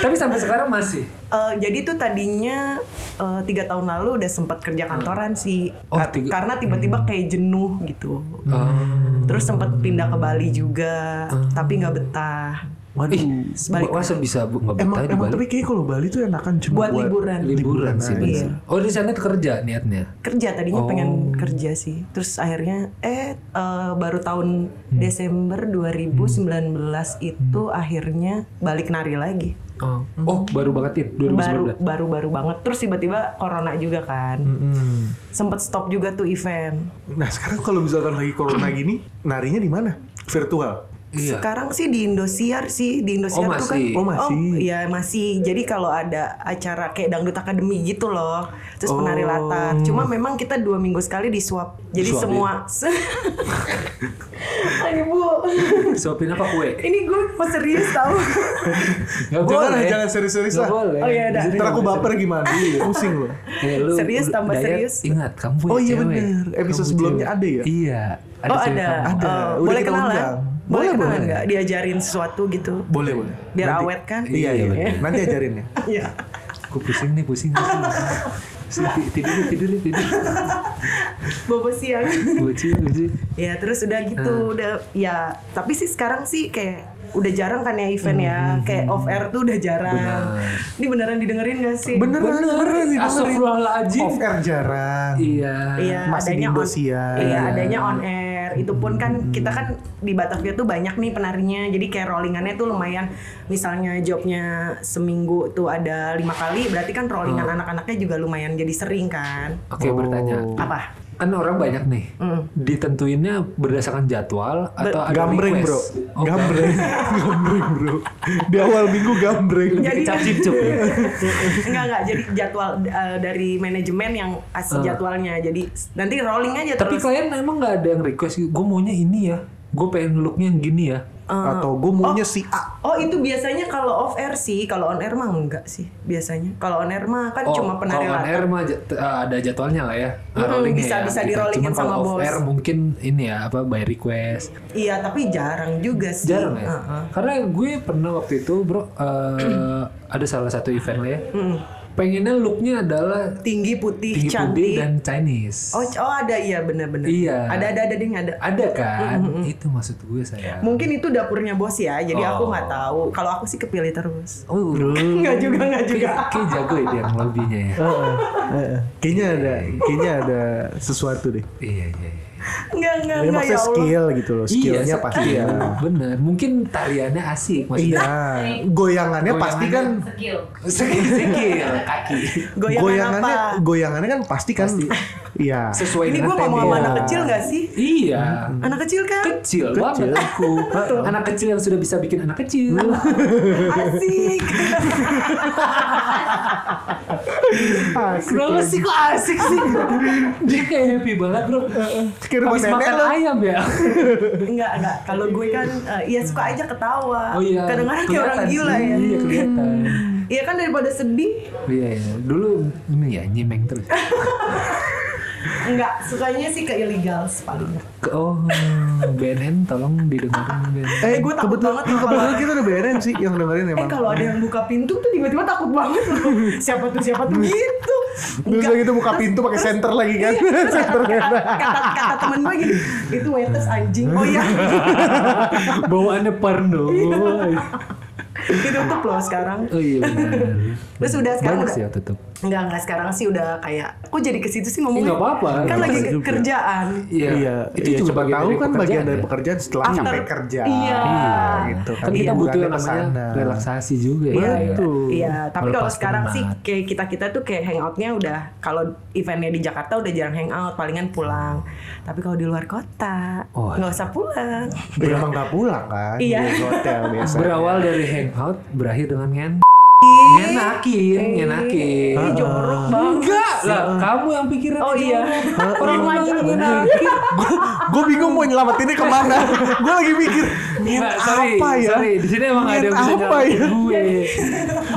[SPEAKER 2] Tapi sampai sekarang masih.
[SPEAKER 3] Eh, jadi tuh tadinya eh, tiga tahun lalu udah sempat kerja kantoran sih,
[SPEAKER 2] Oh,
[SPEAKER 3] Ka-
[SPEAKER 2] tiga-
[SPEAKER 3] karena tiba-tiba kayak jenuh gitu.
[SPEAKER 1] Hmm.
[SPEAKER 2] Oh.
[SPEAKER 3] Terus sempat pindah ke Bali juga,
[SPEAKER 2] Ah.
[SPEAKER 3] tapi nggak betah.
[SPEAKER 2] Ih,
[SPEAKER 3] sebalik.
[SPEAKER 2] masa bisa bu- nggak
[SPEAKER 1] Emang,
[SPEAKER 2] betah di
[SPEAKER 1] emang
[SPEAKER 2] Bali?
[SPEAKER 1] tapi kayaknya kalau Bali tuh enakan cuma
[SPEAKER 3] Buat liburan.
[SPEAKER 2] liburan sih
[SPEAKER 1] aja.
[SPEAKER 2] bener. Oh di sana tuh kerja niatnya.
[SPEAKER 3] Kerja tadinya
[SPEAKER 2] Oh.
[SPEAKER 3] pengen kerja sih, terus akhirnya eh eh, baru tahun
[SPEAKER 2] Hmm.
[SPEAKER 3] Desember 2019 itu akhirnya balik nari lagi.
[SPEAKER 2] Oh, oh baru banget itu
[SPEAKER 3] Baru
[SPEAKER 2] 2019.
[SPEAKER 3] baru baru banget. Terus tiba-tiba corona juga kan,
[SPEAKER 1] Hmm.
[SPEAKER 3] sempet stop juga tuh event.
[SPEAKER 1] Nah sekarang kalau misalkan lagi corona gini, narinya di mana? Virtual.
[SPEAKER 2] Iya.
[SPEAKER 3] Sekarang sih di Indosiar sih, di Indosiar
[SPEAKER 2] Oh,
[SPEAKER 3] tuh kan.
[SPEAKER 2] masih.
[SPEAKER 1] Oh, masih.
[SPEAKER 3] Iya, masih. Jadi kalau ada acara kayak dangdut akademi gitu loh. Terus
[SPEAKER 2] Oh.
[SPEAKER 3] penari latar. Cuma memang kita dua minggu sekali di swap. Jadi
[SPEAKER 2] Disuapin.
[SPEAKER 3] semua
[SPEAKER 2] iya.
[SPEAKER 3] Ayo, Bu.
[SPEAKER 2] Suapin apa kue?
[SPEAKER 3] Ini gue mau serius tau
[SPEAKER 2] Gak
[SPEAKER 1] Boleh, jangan serius-serius
[SPEAKER 2] Gak
[SPEAKER 1] lah.
[SPEAKER 2] boleh.
[SPEAKER 3] Oh, iya, dah.
[SPEAKER 2] Di sini
[SPEAKER 1] Ntar aku
[SPEAKER 2] gak boleh.
[SPEAKER 1] baper gimana? Iya, Pusing loh.
[SPEAKER 2] Eh, lu,
[SPEAKER 3] Serius
[SPEAKER 2] lu-
[SPEAKER 3] tambah
[SPEAKER 2] Dayat,
[SPEAKER 3] serius.
[SPEAKER 2] Ingat kamu punya
[SPEAKER 1] Oh, iya,
[SPEAKER 2] cewek.
[SPEAKER 1] bener. Episode
[SPEAKER 2] Kamu
[SPEAKER 1] sebelumnya
[SPEAKER 2] cewek.
[SPEAKER 1] ada ya?
[SPEAKER 2] Iya.
[SPEAKER 3] Oh
[SPEAKER 2] cewek
[SPEAKER 3] ada,
[SPEAKER 2] kamu.
[SPEAKER 1] Ada.
[SPEAKER 3] Oh,
[SPEAKER 1] Udah
[SPEAKER 3] boleh
[SPEAKER 1] kita
[SPEAKER 3] kenalan,
[SPEAKER 1] undang.
[SPEAKER 3] boleh
[SPEAKER 1] Boleh,
[SPEAKER 3] kenalan
[SPEAKER 2] boleh.
[SPEAKER 3] nggak? Diajarin sesuatu gitu,
[SPEAKER 1] Boleh, boleh.
[SPEAKER 3] biar
[SPEAKER 1] Nanti-
[SPEAKER 3] awet kan?
[SPEAKER 1] Iya, iya.
[SPEAKER 2] Iya.
[SPEAKER 1] Nanti ajarin ya.
[SPEAKER 3] Iya.
[SPEAKER 2] Aku pusing nih, pusing. pusing. pusing. Ti- Tidur, tidur, tidur.
[SPEAKER 3] Bobo siang.
[SPEAKER 2] Lucu, lucu.
[SPEAKER 3] ya terus udah gitu, udah ya. Tapi sih sekarang sih kayak udah jarang kan ya event ya, kayak off air tuh udah jarang.
[SPEAKER 2] Benar.
[SPEAKER 3] Ini beneran didengerin gak sih?
[SPEAKER 1] Beneran, beneran nih, dengerin.
[SPEAKER 2] Astagfirullahaladzim.
[SPEAKER 1] Off air jarang.
[SPEAKER 2] Iya.
[SPEAKER 3] Iya,
[SPEAKER 1] Masih di
[SPEAKER 3] adanya on,
[SPEAKER 1] Indosiar.
[SPEAKER 3] iya, adanya on air. Itu pun kan kita kan di Batavia tuh banyak nih penarinya. Jadi kayak rollingannya tuh lumayan. Misalnya jobnya seminggu tuh ada lima kali, berarti kan rollingan anak-anaknya juga lumayan jadi sering kan.
[SPEAKER 2] Oke, bertanya.
[SPEAKER 3] Apa?
[SPEAKER 2] Kan orang banyak nih.
[SPEAKER 1] Hmm.
[SPEAKER 3] Mm.
[SPEAKER 2] Ditentuinnya berdasarkan jadwal atau ada
[SPEAKER 1] Gambreng, bro.
[SPEAKER 2] request? Oh,
[SPEAKER 1] Gambreng. Gambreng, bro. Eh. Di awal minggu gambreng.
[SPEAKER 3] Jadi- Iya.
[SPEAKER 2] Cap ya? cip
[SPEAKER 3] enggak enggak jadi jadwal eh, dari manajemen yang kasih jadwalnya. Jadi nanti rolling aja
[SPEAKER 2] Ah. Tapi
[SPEAKER 3] terus.
[SPEAKER 2] klien emang nggak ada yang request. Gue maunya ini ya. Gue pengen looknya yang gini ya.
[SPEAKER 3] Eh,
[SPEAKER 1] Atau gue maunya si A.
[SPEAKER 3] Oh itu biasanya kalau off air sih, kalau on air mah enggak sih biasanya. Kalau on air mah kan cuma penari
[SPEAKER 2] Oh, kalau on
[SPEAKER 3] latar.
[SPEAKER 2] air mah jat- eh, ada jadwalnya lah ya.
[SPEAKER 3] Mm,
[SPEAKER 2] rollingnya
[SPEAKER 3] bisa-
[SPEAKER 2] ya,
[SPEAKER 3] bisa
[SPEAKER 2] gitu.
[SPEAKER 3] di-rollingin
[SPEAKER 2] Cuman kalau
[SPEAKER 3] sama
[SPEAKER 2] off
[SPEAKER 3] bos.
[SPEAKER 2] air mungkin ini ya apa by request.
[SPEAKER 3] Iya tapi jarang juga sih.
[SPEAKER 2] Jarang ya.
[SPEAKER 3] Heeh.
[SPEAKER 2] Karena gue pernah waktu itu bro eh, ada salah satu event lah ya. Pengennya looknya adalah
[SPEAKER 3] Tinggi putih
[SPEAKER 2] tinggi putih
[SPEAKER 3] cantik.
[SPEAKER 2] dan Chinese.
[SPEAKER 3] Oh, c- oh ada iya benar-benar.
[SPEAKER 2] Iya.
[SPEAKER 3] Ada ada ada ding ada.
[SPEAKER 2] Ada kan? Itu maksud gue saya.
[SPEAKER 3] Mungkin itu dapurnya bos ya, jadi aku
[SPEAKER 2] Oh.
[SPEAKER 3] nggak tahu. Kalau aku sih kepilih terus.
[SPEAKER 2] Oh,
[SPEAKER 3] Nggak juga, nggak juga.
[SPEAKER 2] Kayak, kayak jago ya dia ngelobinya ya.
[SPEAKER 1] Heeh, heeh. eh. Kayaknya ada, kayaknya ada sesuatu deh.
[SPEAKER 2] Iya, iya. iya.
[SPEAKER 3] Enggak enggak
[SPEAKER 1] Ya,
[SPEAKER 3] enggak ya
[SPEAKER 1] maksudnya
[SPEAKER 3] Allah.
[SPEAKER 1] skill gitu loh, skillnya
[SPEAKER 2] skill.
[SPEAKER 1] pasti ya.
[SPEAKER 2] Iya, Bener, mungkin tariannya asik
[SPEAKER 1] Iya,
[SPEAKER 2] maksudnya.
[SPEAKER 1] goyangannya pasti kan,
[SPEAKER 4] Skill.
[SPEAKER 2] Sekil-sekil kaki.
[SPEAKER 3] Goyangan
[SPEAKER 1] goyangannya,
[SPEAKER 3] apa?
[SPEAKER 1] goyangannya kan pasti kan, iya.
[SPEAKER 2] Sesuai
[SPEAKER 3] Ini
[SPEAKER 2] dengan
[SPEAKER 3] gue ngomong sama
[SPEAKER 2] tema.
[SPEAKER 3] anak kecil nggak sih?
[SPEAKER 2] Iya.
[SPEAKER 3] Anak kecil kan?
[SPEAKER 2] Kecil, banget aku. anak kecil yang sudah bisa bikin anak kecil.
[SPEAKER 1] Hmm.
[SPEAKER 3] Asik.
[SPEAKER 1] Asik.
[SPEAKER 2] Kenapa sih kok asik sih? Dia kayak happy banget bro.
[SPEAKER 1] Kayak rumah
[SPEAKER 2] Habis
[SPEAKER 1] nenek
[SPEAKER 2] makan
[SPEAKER 1] lo.
[SPEAKER 2] ayam ya.
[SPEAKER 3] enggak enggak. Kalau gue kan eh, ya suka aja ketawa.
[SPEAKER 2] Oh iya.
[SPEAKER 3] Kadang-kadang kayak orang
[SPEAKER 2] kelihatan
[SPEAKER 3] gila ya.
[SPEAKER 2] sih. Iya kelihatan.
[SPEAKER 3] Iya kan daripada sedih
[SPEAKER 2] Iya iya. Dulu ini ya nyimeng terus.
[SPEAKER 3] Enggak, sukanya sih ke illegal paling.
[SPEAKER 2] Ke- Oh BNN tolong didengarin BNN.
[SPEAKER 3] Eh, gue takut
[SPEAKER 1] kebetul-
[SPEAKER 3] banget tuh
[SPEAKER 1] Kebetulan kita udah beneran sih yang dengerin
[SPEAKER 3] Eh
[SPEAKER 1] emang.
[SPEAKER 3] kalau ada yang buka pintu tuh tiba-tiba takut banget loh. Siapa tuh siapa tuh gitu.
[SPEAKER 1] Terus lagi tuh buka pintu pakai senter lagi kan. Senternya.
[SPEAKER 3] Kata, kata, kata temen gue gini, itu waiters anjing. Oh iya,
[SPEAKER 2] Bawaannya parno.
[SPEAKER 1] Iya.
[SPEAKER 3] ditutup loh sekarang.
[SPEAKER 2] Oh iya benar.
[SPEAKER 3] Terus udah sekarang
[SPEAKER 2] Banyak
[SPEAKER 3] udah-
[SPEAKER 2] sih yang tutup.
[SPEAKER 3] Enggak, enggak sekarang sih udah kayak, kok jadi ke situ sih ngomongnya?
[SPEAKER 2] Enggak apa-apa.
[SPEAKER 3] Kan
[SPEAKER 2] Nggak
[SPEAKER 3] lagi
[SPEAKER 2] apa-apa
[SPEAKER 3] ke-
[SPEAKER 2] juga.
[SPEAKER 3] kerjaan.
[SPEAKER 1] Iya,
[SPEAKER 2] Itu
[SPEAKER 1] iya,
[SPEAKER 2] juga
[SPEAKER 1] coba
[SPEAKER 2] bagian
[SPEAKER 1] tahu kan
[SPEAKER 2] dari
[SPEAKER 1] bagian
[SPEAKER 2] pekerjaan
[SPEAKER 1] dari
[SPEAKER 2] ya.
[SPEAKER 1] pekerjaan setelah
[SPEAKER 3] After-
[SPEAKER 1] nyampe kerja.
[SPEAKER 3] Iya.
[SPEAKER 1] gitu kan.
[SPEAKER 2] Kan kita
[SPEAKER 1] Iya,
[SPEAKER 2] butuh yang
[SPEAKER 1] bukannya
[SPEAKER 2] namanya
[SPEAKER 1] kesana.
[SPEAKER 2] relaksasi juga ya.
[SPEAKER 1] Betul.
[SPEAKER 3] Iya, tapi kalau
[SPEAKER 2] Melepas
[SPEAKER 3] sekarang
[SPEAKER 2] penat.
[SPEAKER 3] sih kayak kita kita tuh kayak hangoutnya udah kalau eventnya di Jakarta udah jarang hangout, palingan pulang. Tapi kalau di luar kota
[SPEAKER 2] Oh.
[SPEAKER 3] nggak usah pulang.
[SPEAKER 1] Ya, emang gak pulang kan
[SPEAKER 3] Iya.
[SPEAKER 1] di hotel biasa.
[SPEAKER 2] Berawal dari hangout, berakhir dengan ngen. Ngenakin, ngenakin.
[SPEAKER 3] Ini jorok banget.
[SPEAKER 2] Enggak lah, kamu yang pikiran
[SPEAKER 3] Oh
[SPEAKER 2] aja.
[SPEAKER 3] iya.
[SPEAKER 2] Orang
[SPEAKER 3] Iya.
[SPEAKER 2] lain ngenakin.
[SPEAKER 1] gue bingung mau nyelamatinnya kemana. gue lagi mikir, nyen
[SPEAKER 2] Enggak, sorry,
[SPEAKER 1] apa ya?
[SPEAKER 2] sorry. Di sini emang ada
[SPEAKER 1] Nyen
[SPEAKER 2] yang
[SPEAKER 1] apa
[SPEAKER 2] bisa
[SPEAKER 1] ya?
[SPEAKER 2] nyelamatin gue.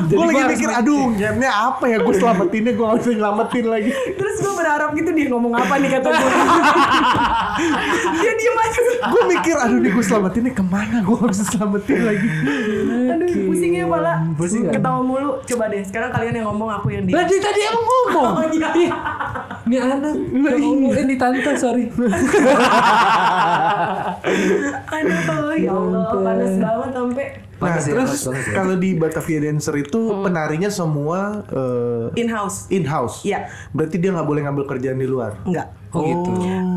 [SPEAKER 2] Jadi
[SPEAKER 1] Gue lagi
[SPEAKER 2] harus
[SPEAKER 1] mikir,
[SPEAKER 2] main-
[SPEAKER 1] aduh nyennya apa ya? Gue selamatinnya, gue gak bisa nyelamatin lagi.
[SPEAKER 3] Terus gue berharap gitu dia ngomong apa nih kata gue. dia diem aja.
[SPEAKER 1] Gue mikir, aduh nih gue selamatinnya kemana? Gue gak bisa selamatin lagi.
[SPEAKER 2] Nah,
[SPEAKER 3] Aduh pusingnya pala.
[SPEAKER 2] Pusing nggak?
[SPEAKER 3] Ketawa mulu. Coba deh sekarang kalian yang ngomong aku yang
[SPEAKER 2] Lah
[SPEAKER 3] dia.
[SPEAKER 2] dia tadi emang ngomong.
[SPEAKER 3] Oh, iya.
[SPEAKER 2] Ih, Ini anak, ya Allah, ini tante, sorry.
[SPEAKER 1] Nah,
[SPEAKER 3] Aduh ya Allah panas banget sampai
[SPEAKER 1] Nah
[SPEAKER 2] Pantes ya,
[SPEAKER 1] terus
[SPEAKER 2] pantes banget ya.
[SPEAKER 1] kalau di Batavia Dancer itu
[SPEAKER 3] Hmm.
[SPEAKER 1] penarinya semua eh,
[SPEAKER 3] in house.
[SPEAKER 1] in house.
[SPEAKER 3] Iya.
[SPEAKER 1] Berarti dia nggak boleh ngambil kerjaan di luar.
[SPEAKER 3] Enggak.
[SPEAKER 2] Oh, gitu.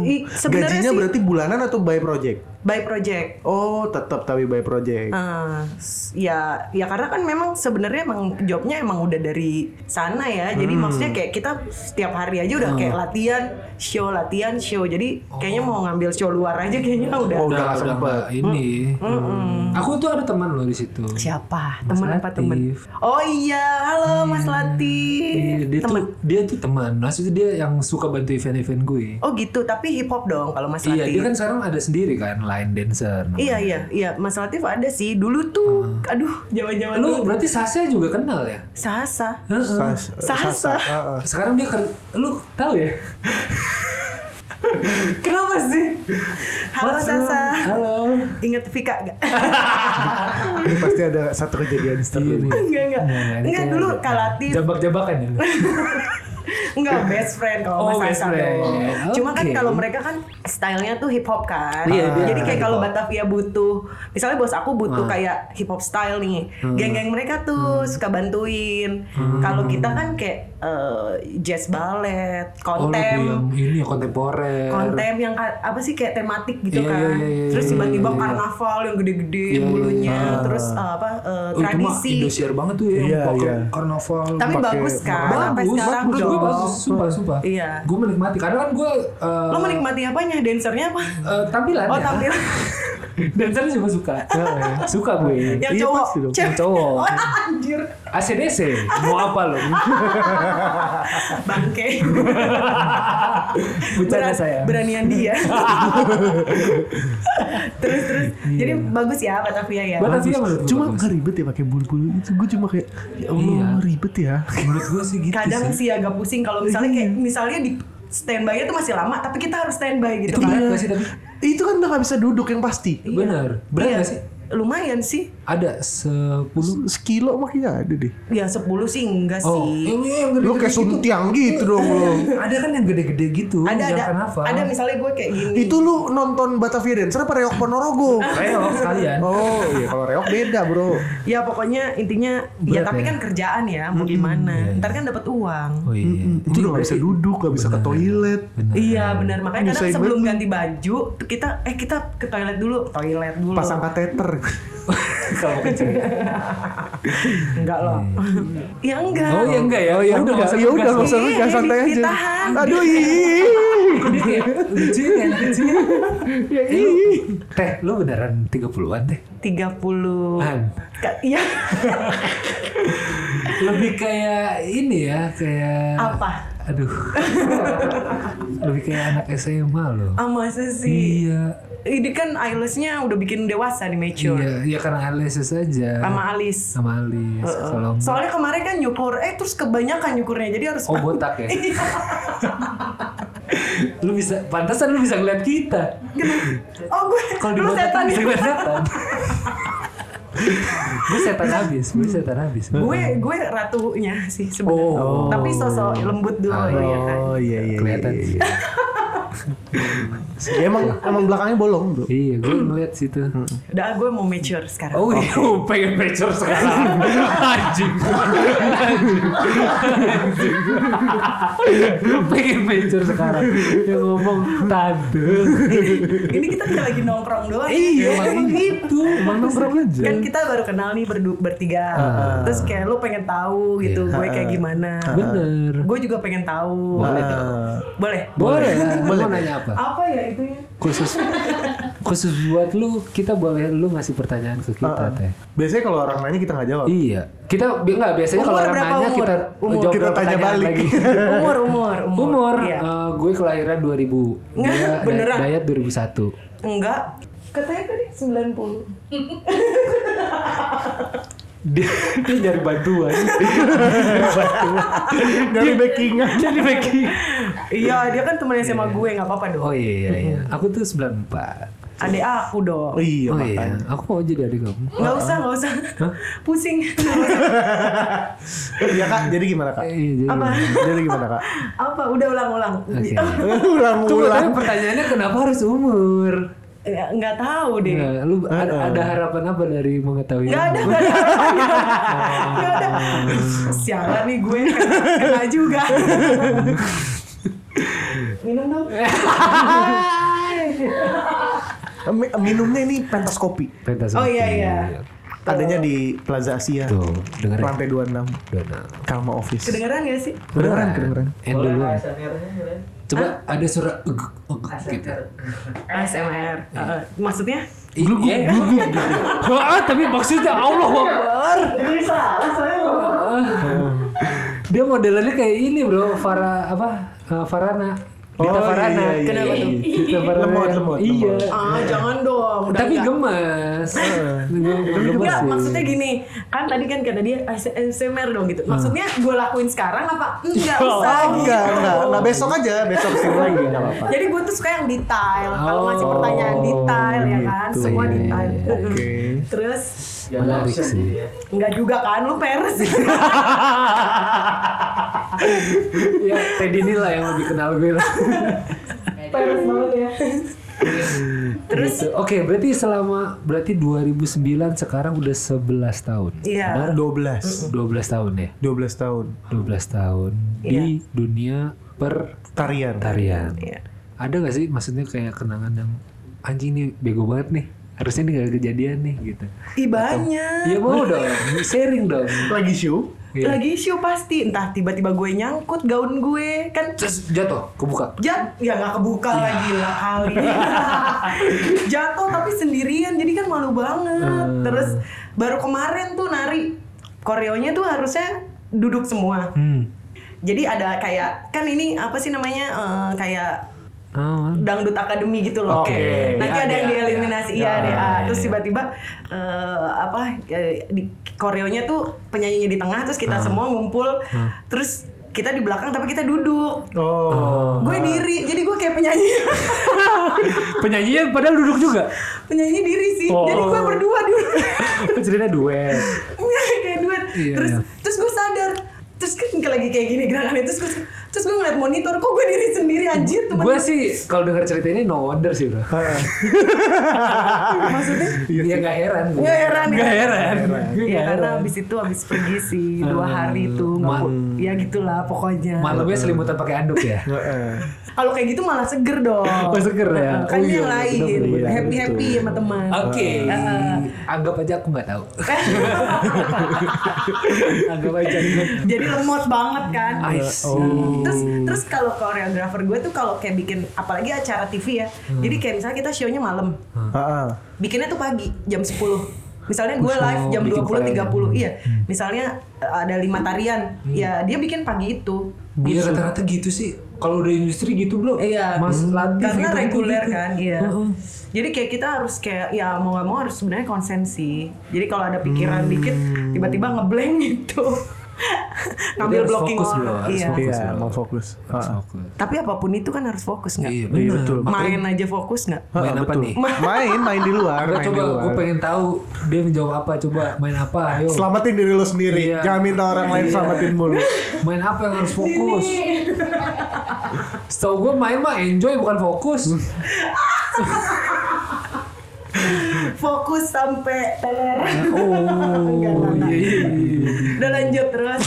[SPEAKER 3] Ih, sebenarnya
[SPEAKER 1] Gajinya
[SPEAKER 3] sih-
[SPEAKER 1] berarti bulanan atau by project?
[SPEAKER 3] by project
[SPEAKER 1] Oh, tetap tapi by project.
[SPEAKER 3] Eh, s- ya ya karena kan memang sebenarnya emang jobnya emang udah dari sana ya jadi
[SPEAKER 2] Hmm.
[SPEAKER 3] maksudnya kayak kita setiap hari aja udah kayak latihan show latihan show jadi kayaknya mau ngambil show luar aja kayaknya udah
[SPEAKER 1] Oh, udah nggak Hmm.
[SPEAKER 2] udah
[SPEAKER 1] sempet.
[SPEAKER 2] nggak ini. hmm. Aku tuh ada teman loh di situ.
[SPEAKER 3] siapa temen apa
[SPEAKER 2] Latif. Hmm.
[SPEAKER 3] temen oh iya halo Mas
[SPEAKER 2] Iya,
[SPEAKER 3] Latif
[SPEAKER 2] dia
[SPEAKER 3] temen
[SPEAKER 2] tuh dia tuh teman. Maksudnya dia yang suka bantu event-event gue.
[SPEAKER 3] oh gitu tapi hip hop dong kalau Mas
[SPEAKER 2] Iya, dia
[SPEAKER 3] Latif
[SPEAKER 2] kan sekarang ada sendiri kan line dancer. namanya.
[SPEAKER 3] iya iya iya Mas Latif ada sih dulu tuh
[SPEAKER 2] Ah.
[SPEAKER 3] aduh jaman-jaman
[SPEAKER 2] Lu
[SPEAKER 3] dulu
[SPEAKER 2] berarti Sasha juga kenal ya?
[SPEAKER 3] Sasa
[SPEAKER 2] Heeh.
[SPEAKER 1] Sas-
[SPEAKER 3] Sasa.
[SPEAKER 1] Heeh.
[SPEAKER 2] Sekarang dia kan lu tahu ya?
[SPEAKER 3] kenapa sih halo
[SPEAKER 2] What's
[SPEAKER 3] Sasa
[SPEAKER 2] up? Halo.
[SPEAKER 3] Ingat Vika gak?
[SPEAKER 1] Ah, Ini pasti ada satu kejadian
[SPEAKER 2] Iya,
[SPEAKER 1] seru nih.
[SPEAKER 3] enggak, enggak.
[SPEAKER 2] Nah,
[SPEAKER 3] Enggak, dulu Kalatif.
[SPEAKER 2] Jabak-jabakan ya.
[SPEAKER 3] Enggak, best friend kalau
[SPEAKER 2] Oh,
[SPEAKER 3] Mas
[SPEAKER 2] best
[SPEAKER 3] Hasan
[SPEAKER 2] friend.
[SPEAKER 3] dong. Cuma kan
[SPEAKER 2] Oke.
[SPEAKER 3] kalau mereka kan stylenya tuh hip hop kan.
[SPEAKER 2] Iya, dia
[SPEAKER 3] Jadi kayak kalau
[SPEAKER 2] hip hop. Ah.
[SPEAKER 3] Batavia butuh, misalnya bos aku butuh kayak hip hop style nih.
[SPEAKER 2] Hmm.
[SPEAKER 3] Geng-geng mereka tuh suka bantuin. Kalau kita kan kayak eh, jazz ballet,
[SPEAKER 2] Oh, lu
[SPEAKER 3] kontem.
[SPEAKER 2] yang ini ya, kontemporer.
[SPEAKER 3] kontem yang ka- apa sih kayak tematik gitu
[SPEAKER 2] Iya,
[SPEAKER 3] kan
[SPEAKER 2] iya, iya, iya,
[SPEAKER 3] terus
[SPEAKER 2] iya,
[SPEAKER 3] tiba-tiba
[SPEAKER 2] iya.
[SPEAKER 3] karnaval yang gede-gede
[SPEAKER 2] Iya, iya,
[SPEAKER 3] bulunya
[SPEAKER 2] iya.
[SPEAKER 3] terus eh, apa eh,
[SPEAKER 2] Oh, itu mah
[SPEAKER 3] tradisi
[SPEAKER 2] Indosiar banget tuh
[SPEAKER 1] Ah.
[SPEAKER 2] ya.
[SPEAKER 1] Iya,
[SPEAKER 2] Iya,
[SPEAKER 1] iya.
[SPEAKER 2] Karnaval.
[SPEAKER 3] tapi
[SPEAKER 1] pakai
[SPEAKER 3] bagus kan sampai
[SPEAKER 2] bagus,
[SPEAKER 3] sekarang
[SPEAKER 2] bagus, gue
[SPEAKER 3] dong.
[SPEAKER 2] bagus, sumpah, sumpah.
[SPEAKER 3] Iya.
[SPEAKER 2] Gue menikmati, karena kan gue... eh,
[SPEAKER 3] Lo menikmati apanya? Dancernya apa?
[SPEAKER 2] eh, tampilan
[SPEAKER 3] Oh
[SPEAKER 2] ya.
[SPEAKER 3] tampilan
[SPEAKER 2] Dancer juga suka. suka gue.
[SPEAKER 3] yang
[SPEAKER 1] Iya,
[SPEAKER 3] cowok.
[SPEAKER 1] pasti dong.
[SPEAKER 3] Cewek.
[SPEAKER 2] Yang cowok.
[SPEAKER 3] Oh, anjir.
[SPEAKER 2] ACDC, mau apa lo?
[SPEAKER 3] Bangke.
[SPEAKER 2] Bercanda
[SPEAKER 3] Beran-
[SPEAKER 2] saya.
[SPEAKER 3] Beranian dia. terus terus. Jadi bagus ya Batavia ya.
[SPEAKER 2] Bat- Tapi
[SPEAKER 1] Bagus.
[SPEAKER 2] ya menurut
[SPEAKER 1] Cuma
[SPEAKER 2] gua Iya. bagus.
[SPEAKER 1] nggak ribet ya pakai bulu-bulu itu. Gue cuma kayak ya Allah
[SPEAKER 2] Iya.
[SPEAKER 1] ribet ya.
[SPEAKER 2] Menurut gue sih gitu
[SPEAKER 3] Kadang
[SPEAKER 2] sih. Iya.
[SPEAKER 3] sih agak pusing kalau misalnya kayak misalnya di standby-nya tuh masih lama tapi kita harus standby gitu
[SPEAKER 2] Itu benar
[SPEAKER 3] kan.
[SPEAKER 2] gak sih tapi?
[SPEAKER 1] Iya. Itu kan udah nggak bisa duduk yang pasti.
[SPEAKER 2] Benar. Benar
[SPEAKER 3] Iya,
[SPEAKER 2] gak sih?
[SPEAKER 3] Lumayan sih.
[SPEAKER 2] Ada 10
[SPEAKER 1] Sekilo makanya ada deh.
[SPEAKER 3] Ya 10 sih enggak
[SPEAKER 2] Oh,
[SPEAKER 3] sih.
[SPEAKER 2] yang- yang gede-gede
[SPEAKER 1] Lu kayak
[SPEAKER 2] gitu.
[SPEAKER 1] suntiang gitu dong lu.
[SPEAKER 2] Ada kan yang gede-gede gitu.
[SPEAKER 3] Ada
[SPEAKER 2] yang
[SPEAKER 3] ada
[SPEAKER 2] karnaval.
[SPEAKER 3] ada misalnya gue kayak gini.
[SPEAKER 1] Itu lu nonton Batavia Dancer apa Reok Ponorogo?
[SPEAKER 2] Reok sekalian.
[SPEAKER 1] Oh iya kalau Reok beda bro.
[SPEAKER 3] Ya pokoknya intinya ya
[SPEAKER 2] Berat
[SPEAKER 3] tapi
[SPEAKER 2] ya. Iya,
[SPEAKER 3] kan kerjaan ya mau gimana. Ntar kan dapat uang.
[SPEAKER 2] Oh iya.
[SPEAKER 1] Hmm, Itu udah nggak bisa duduk, nggak bisa ke toilet.
[SPEAKER 2] Benar.
[SPEAKER 3] Iya benar makanya kadang
[SPEAKER 1] Nyusahin
[SPEAKER 3] sebelum ganti baju tuh kita eh kita ke toilet dulu toilet dulu
[SPEAKER 1] Pasang kateter.
[SPEAKER 2] Kalau kecil.
[SPEAKER 3] enggak loh ya enggak
[SPEAKER 2] Iya, Oh ya enggak ya. Oh, ya udah
[SPEAKER 1] Nggak,
[SPEAKER 2] nggak
[SPEAKER 1] ya udah nggak
[SPEAKER 2] ngegas.
[SPEAKER 1] usah ngegas,
[SPEAKER 3] Ih,
[SPEAKER 1] santai aja.
[SPEAKER 3] ditahan.
[SPEAKER 1] Aduh iya, ih.
[SPEAKER 2] Dia kayak lucu ya lucu. Ya ih. Teh, lu beneran 30-an teh.
[SPEAKER 3] tiga puluh
[SPEAKER 2] An.
[SPEAKER 3] ya
[SPEAKER 2] Lebih kayak ini ya, kayak
[SPEAKER 3] Apa?
[SPEAKER 2] Aduh. Lebih kayak anak SMA loh.
[SPEAKER 3] ah masa sih
[SPEAKER 2] Iya.
[SPEAKER 3] ini kan eyelashnya udah bikin dewasa di mature
[SPEAKER 2] Iya, iya karena Alice saja.
[SPEAKER 3] sama alis
[SPEAKER 2] sama Alice. Kalau enggak-
[SPEAKER 3] soalnya kemarin kan nyukur eh terus kebanyakan nyukurnya jadi harus Iya.
[SPEAKER 2] Oh botak ya? lu bisa, pantasan lu bisa ngeliat kita.
[SPEAKER 3] oh gue
[SPEAKER 2] Kalau di
[SPEAKER 3] lu
[SPEAKER 2] botak
[SPEAKER 3] setan
[SPEAKER 2] kan bisa
[SPEAKER 3] ya
[SPEAKER 2] ngeliat setan. gue setan habis, gue setan habis.
[SPEAKER 3] gue gue ratunya sih sebenarnya
[SPEAKER 2] Oh.
[SPEAKER 3] tapi sosok lembut dulu
[SPEAKER 2] Oh,
[SPEAKER 3] ya kan
[SPEAKER 1] Oh iya iya iya.
[SPEAKER 2] Kelihatan.
[SPEAKER 1] iya, iya. Emang emang belakangnya bolong bro.
[SPEAKER 2] Iya, gue ngeliat situ.
[SPEAKER 3] udah gue mau mature sekarang
[SPEAKER 2] Oh iya, pengen pecor sekarang. Anjing. Anjing. pengen pecor sekarang. Yang ngomong tante.
[SPEAKER 3] ini kita tidak lagi nongkrong doang ya.
[SPEAKER 2] Iya, emang gitu. Emang nongkrong aja. Ah.
[SPEAKER 3] kan kita baru kenal nih berdu- bertiga terus kayak lu pengen tahu gitu gue kayak gimana
[SPEAKER 2] Iya. Bener.
[SPEAKER 3] gue juga pengen tahu
[SPEAKER 2] Boleh
[SPEAKER 1] Ah,
[SPEAKER 3] Gitu. boleh
[SPEAKER 2] Boleh, boleh. Mau nanya apa?
[SPEAKER 3] apa ya itu ya
[SPEAKER 2] khusus khusus buat lu kita boleh lu ngasih pertanyaan ke kita
[SPEAKER 3] Ah,
[SPEAKER 2] teh
[SPEAKER 1] Biasanya kalau orang nanya kita nggak jawab.
[SPEAKER 2] iya kita bi- nggak biasanya kalau
[SPEAKER 3] Umur
[SPEAKER 2] orang
[SPEAKER 3] berapa
[SPEAKER 2] nanya
[SPEAKER 3] umur?
[SPEAKER 2] kita
[SPEAKER 3] Umur.
[SPEAKER 2] jawab
[SPEAKER 1] Kita tanya
[SPEAKER 2] pertanyaan
[SPEAKER 1] balik.
[SPEAKER 2] lagi.
[SPEAKER 3] umur umur umur,
[SPEAKER 2] umur
[SPEAKER 3] Iya.
[SPEAKER 2] eh, gue kelahiran 2000
[SPEAKER 3] Nggak,
[SPEAKER 2] dia
[SPEAKER 3] beneran.
[SPEAKER 2] da- dayat 2001
[SPEAKER 3] enggak katanya tadi 90
[SPEAKER 2] dia, dia nyari bantuan
[SPEAKER 1] Dari backingan.
[SPEAKER 2] jadi bagi
[SPEAKER 3] iya dia kan temennya sama gue nggak apa-apa dong
[SPEAKER 2] oh iya iya iya aku tuh 94
[SPEAKER 3] adek aku dong
[SPEAKER 1] Oh, iya
[SPEAKER 2] oh iya
[SPEAKER 1] makanya.
[SPEAKER 2] aku mau jadi adik kamu
[SPEAKER 3] nggak usah nggak usah pusing
[SPEAKER 1] Iya kak. Jadi gimana kak? Hmm,
[SPEAKER 2] Eh, iya, jadi
[SPEAKER 3] apa
[SPEAKER 1] Jadi gimana kak?
[SPEAKER 3] apa udah ulang-ulang
[SPEAKER 2] Oke. Tunggu, tapi
[SPEAKER 1] Ulang-ulang.
[SPEAKER 2] pertanyaannya kenapa harus umur?
[SPEAKER 3] Ya, nggak tahu deh
[SPEAKER 2] Nah, lu ada, ada harapan apa dari mengetahui?
[SPEAKER 3] Gak ada, gak ada. Gak ada. Sialan nih gue. Kena juga. Minum dong.
[SPEAKER 1] Mi- Minumnya ini pentas kopi.
[SPEAKER 2] Pentas
[SPEAKER 3] Oh, iya, iya.
[SPEAKER 1] Adanya di Plaza Asia.
[SPEAKER 2] Tuh, dengerin.
[SPEAKER 1] Lantai 26.
[SPEAKER 2] Dona.
[SPEAKER 1] Kalma Office.
[SPEAKER 3] Kedengeran gak sih?
[SPEAKER 1] Kedengeran, kedengeran.
[SPEAKER 2] And
[SPEAKER 4] Boleh
[SPEAKER 2] duluan.
[SPEAKER 4] ASMR-nya boleh.
[SPEAKER 2] Coba ada suara ug, ug, gitu.
[SPEAKER 4] ASMR.
[SPEAKER 3] ASMR.
[SPEAKER 2] Iya.
[SPEAKER 3] Uh, maksudnya?
[SPEAKER 2] Glug glug gitu. Ah, tapi maksudnya Allah Akbar.
[SPEAKER 4] Ini salah saya ngomong.
[SPEAKER 2] Dia modelannya kayak ini, Bro. Farah apa? Eh, Farana.
[SPEAKER 1] Oh,
[SPEAKER 2] Dita
[SPEAKER 1] iya,
[SPEAKER 2] Farana.
[SPEAKER 1] iya, iya,
[SPEAKER 3] Kenapa
[SPEAKER 1] iya.
[SPEAKER 3] tuh?
[SPEAKER 2] Dita Farana.
[SPEAKER 1] Lemot, lemot,
[SPEAKER 2] Iya.
[SPEAKER 1] lemot.
[SPEAKER 3] Ah, jangan dong. udah
[SPEAKER 2] Tapi
[SPEAKER 3] enggak.
[SPEAKER 2] gemes. gemes.
[SPEAKER 3] Ah. Enggak,
[SPEAKER 2] sih.
[SPEAKER 3] maksudnya gini, kan tadi kan kata dia ASMR dong
[SPEAKER 2] Ah.
[SPEAKER 3] gitu. Maksudnya gue lakuin sekarang apa? Enggak usah
[SPEAKER 1] Oh,
[SPEAKER 3] gitu.
[SPEAKER 1] enggak, enggak. Nah besok aja, besok sini lagi. Enggak apa-apa.
[SPEAKER 3] Jadi gue tuh suka yang detail. Kalau
[SPEAKER 2] Oh,
[SPEAKER 3] ngasih pertanyaan detail ya kan,
[SPEAKER 2] gitu.
[SPEAKER 3] semua
[SPEAKER 2] Iya, iya,
[SPEAKER 3] detail.
[SPEAKER 2] iya.
[SPEAKER 1] Oke.
[SPEAKER 3] Terus
[SPEAKER 4] Ya,
[SPEAKER 2] Menarik
[SPEAKER 4] langsung
[SPEAKER 2] sih.
[SPEAKER 4] gitu ya.
[SPEAKER 3] enggak juga kan lu pers.
[SPEAKER 2] ya Teddy ini lah yang lebih kenal gue lah.
[SPEAKER 3] pers banget ya. Terus
[SPEAKER 2] Gitu. Oke, berarti selama berarti 2009 sekarang udah 11 tahun.
[SPEAKER 3] Iya.
[SPEAKER 2] Benar?
[SPEAKER 1] 12.
[SPEAKER 2] 12 tahun ya.
[SPEAKER 1] 12 tahun.
[SPEAKER 2] 12 tahun di dunia
[SPEAKER 1] Tarian.
[SPEAKER 2] pertarian.
[SPEAKER 3] Iya.
[SPEAKER 2] Ada gak sih maksudnya kayak kenangan yang anjing nih bego banget nih. Harusnya ini gak kejadian nih gitu.
[SPEAKER 3] ih banyak.
[SPEAKER 2] Ya mau dong, sharing dong.
[SPEAKER 1] Lagi show.
[SPEAKER 2] Iya.
[SPEAKER 3] Lagi isu pasti entah tiba-tiba gue nyangkut gaun gue kan
[SPEAKER 2] Terus jatuh, kebuka.
[SPEAKER 3] Jat, ya nggak kebuka
[SPEAKER 2] Iya.
[SPEAKER 3] lagi lah kali. Jatuh tapi sendirian, jadi kan malu banget.
[SPEAKER 2] Hmm.
[SPEAKER 3] Terus baru kemarin tuh nari koreonya tuh harusnya duduk semua.
[SPEAKER 2] Hmm.
[SPEAKER 3] Jadi ada kayak kan ini apa sih namanya eh, kayak
[SPEAKER 2] Ah,
[SPEAKER 3] dangdut akademi gitu loh
[SPEAKER 2] Oke.
[SPEAKER 3] kayak nanti ada yang
[SPEAKER 2] DA,
[SPEAKER 3] dieliminasi
[SPEAKER 2] DA.
[SPEAKER 3] iya DA.
[SPEAKER 2] Ah,
[SPEAKER 3] terus
[SPEAKER 2] iya.
[SPEAKER 3] tiba-tiba eh, apa eh, di koreonya tuh penyanyinya di tengah terus
[SPEAKER 2] Ah.
[SPEAKER 3] kita semua ngumpul terus kita di belakang tapi kita duduk
[SPEAKER 1] Oh.
[SPEAKER 3] gue diri jadi gue kayak penyanyi
[SPEAKER 2] Penyanyinya padahal duduk juga.
[SPEAKER 3] penyanyi diri sih
[SPEAKER 2] Oh.
[SPEAKER 3] jadi gue berdua dulu
[SPEAKER 2] Cerita duet.
[SPEAKER 3] kayak duet
[SPEAKER 2] Iya,
[SPEAKER 3] terus
[SPEAKER 2] iya.
[SPEAKER 3] terus gue sadar terus kan lagi kayak gini gerakannya terus gue terus gue ngeliat monitor kok gue diri sendiri anjir teman
[SPEAKER 2] Gue sih kalau dengar cerita ini no wonder sih bro.
[SPEAKER 3] maksudnya
[SPEAKER 2] Iya gak heran. gue.
[SPEAKER 3] Nggak heran, ya?
[SPEAKER 2] Nggak heran. Gue
[SPEAKER 3] Iya
[SPEAKER 2] nggak
[SPEAKER 3] karena
[SPEAKER 2] heran.
[SPEAKER 3] abis itu abis pergi sih dua
[SPEAKER 2] Hmm.
[SPEAKER 3] hari itu
[SPEAKER 2] Ma-
[SPEAKER 3] ya gitulah pokoknya
[SPEAKER 2] Malamnya selimutan pakai anduk ya.
[SPEAKER 1] Heeh.
[SPEAKER 3] kalau kayak gitu malah seger dong
[SPEAKER 2] Oh, seger ya?
[SPEAKER 3] kan
[SPEAKER 2] Oh, iya,
[SPEAKER 3] yang lain
[SPEAKER 2] bener-bener, iya,
[SPEAKER 3] happy happy sama teman
[SPEAKER 2] Oke.
[SPEAKER 3] Heeh.
[SPEAKER 2] Anggap aja aku nggak tahu. Anggap aja.
[SPEAKER 3] jadi lemot banget kan
[SPEAKER 2] I see.
[SPEAKER 3] terus
[SPEAKER 2] Hmm.
[SPEAKER 3] terus kalau koreografer gue tuh kalau kayak bikin apalagi acara TV ya
[SPEAKER 2] Hmm.
[SPEAKER 3] jadi kayak misalnya kita shownya malam
[SPEAKER 1] Heeh.
[SPEAKER 3] bikinnya tuh pagi jam 10 misalnya gue
[SPEAKER 2] Oh,
[SPEAKER 3] live jam
[SPEAKER 2] bikin Hmm.
[SPEAKER 3] 20
[SPEAKER 2] korea.
[SPEAKER 3] 30 iya misalnya eh, ada lima tarian
[SPEAKER 2] Hmm.
[SPEAKER 3] ya dia bikin pagi itu
[SPEAKER 2] Iya rata-rata gitu sih. Kalau udah industri gitu bro.
[SPEAKER 3] Iya.
[SPEAKER 2] Mas Latif
[SPEAKER 3] karena
[SPEAKER 2] gitu-gitu
[SPEAKER 3] reguler
[SPEAKER 2] gitu.
[SPEAKER 3] kan iya
[SPEAKER 2] Heeh.
[SPEAKER 3] jadi kayak kita harus kayak ya mau gak mau harus sebenarnya konsen sih jadi kalau ada pikiran dikit tiba-tiba ngeblank gitu ngambil
[SPEAKER 2] Hmm. harus
[SPEAKER 3] blocking
[SPEAKER 2] fokus, Bro.
[SPEAKER 3] orang
[SPEAKER 2] Harus
[SPEAKER 3] iya
[SPEAKER 2] fokus,
[SPEAKER 1] Iya,
[SPEAKER 2] Bro.
[SPEAKER 1] mau fokus.
[SPEAKER 2] Harus
[SPEAKER 1] Heeh.
[SPEAKER 2] fokus.
[SPEAKER 3] tapi apapun itu kan harus fokus nggak
[SPEAKER 2] Iya benar.
[SPEAKER 1] betul.
[SPEAKER 3] main aja fokus nggak
[SPEAKER 2] Main
[SPEAKER 1] Heeh,
[SPEAKER 2] apa
[SPEAKER 1] betul.
[SPEAKER 2] nih?
[SPEAKER 1] Main, main di luar,
[SPEAKER 2] Enggak
[SPEAKER 1] main di
[SPEAKER 2] coba gue
[SPEAKER 1] luar.
[SPEAKER 2] pengen tahu dia menjawab apa coba main apa ayo.
[SPEAKER 1] Selamatin diri lu sendiri,
[SPEAKER 2] Iya.
[SPEAKER 1] jangan minta orang lain
[SPEAKER 2] Iya.
[SPEAKER 1] selamatin mulu.
[SPEAKER 2] Main apa yang harus fokus? Setahu gue main mah enjoy bukan fokus.
[SPEAKER 3] fokus sampai teler
[SPEAKER 2] Oh iya iya. iya.
[SPEAKER 3] udah lanjut terus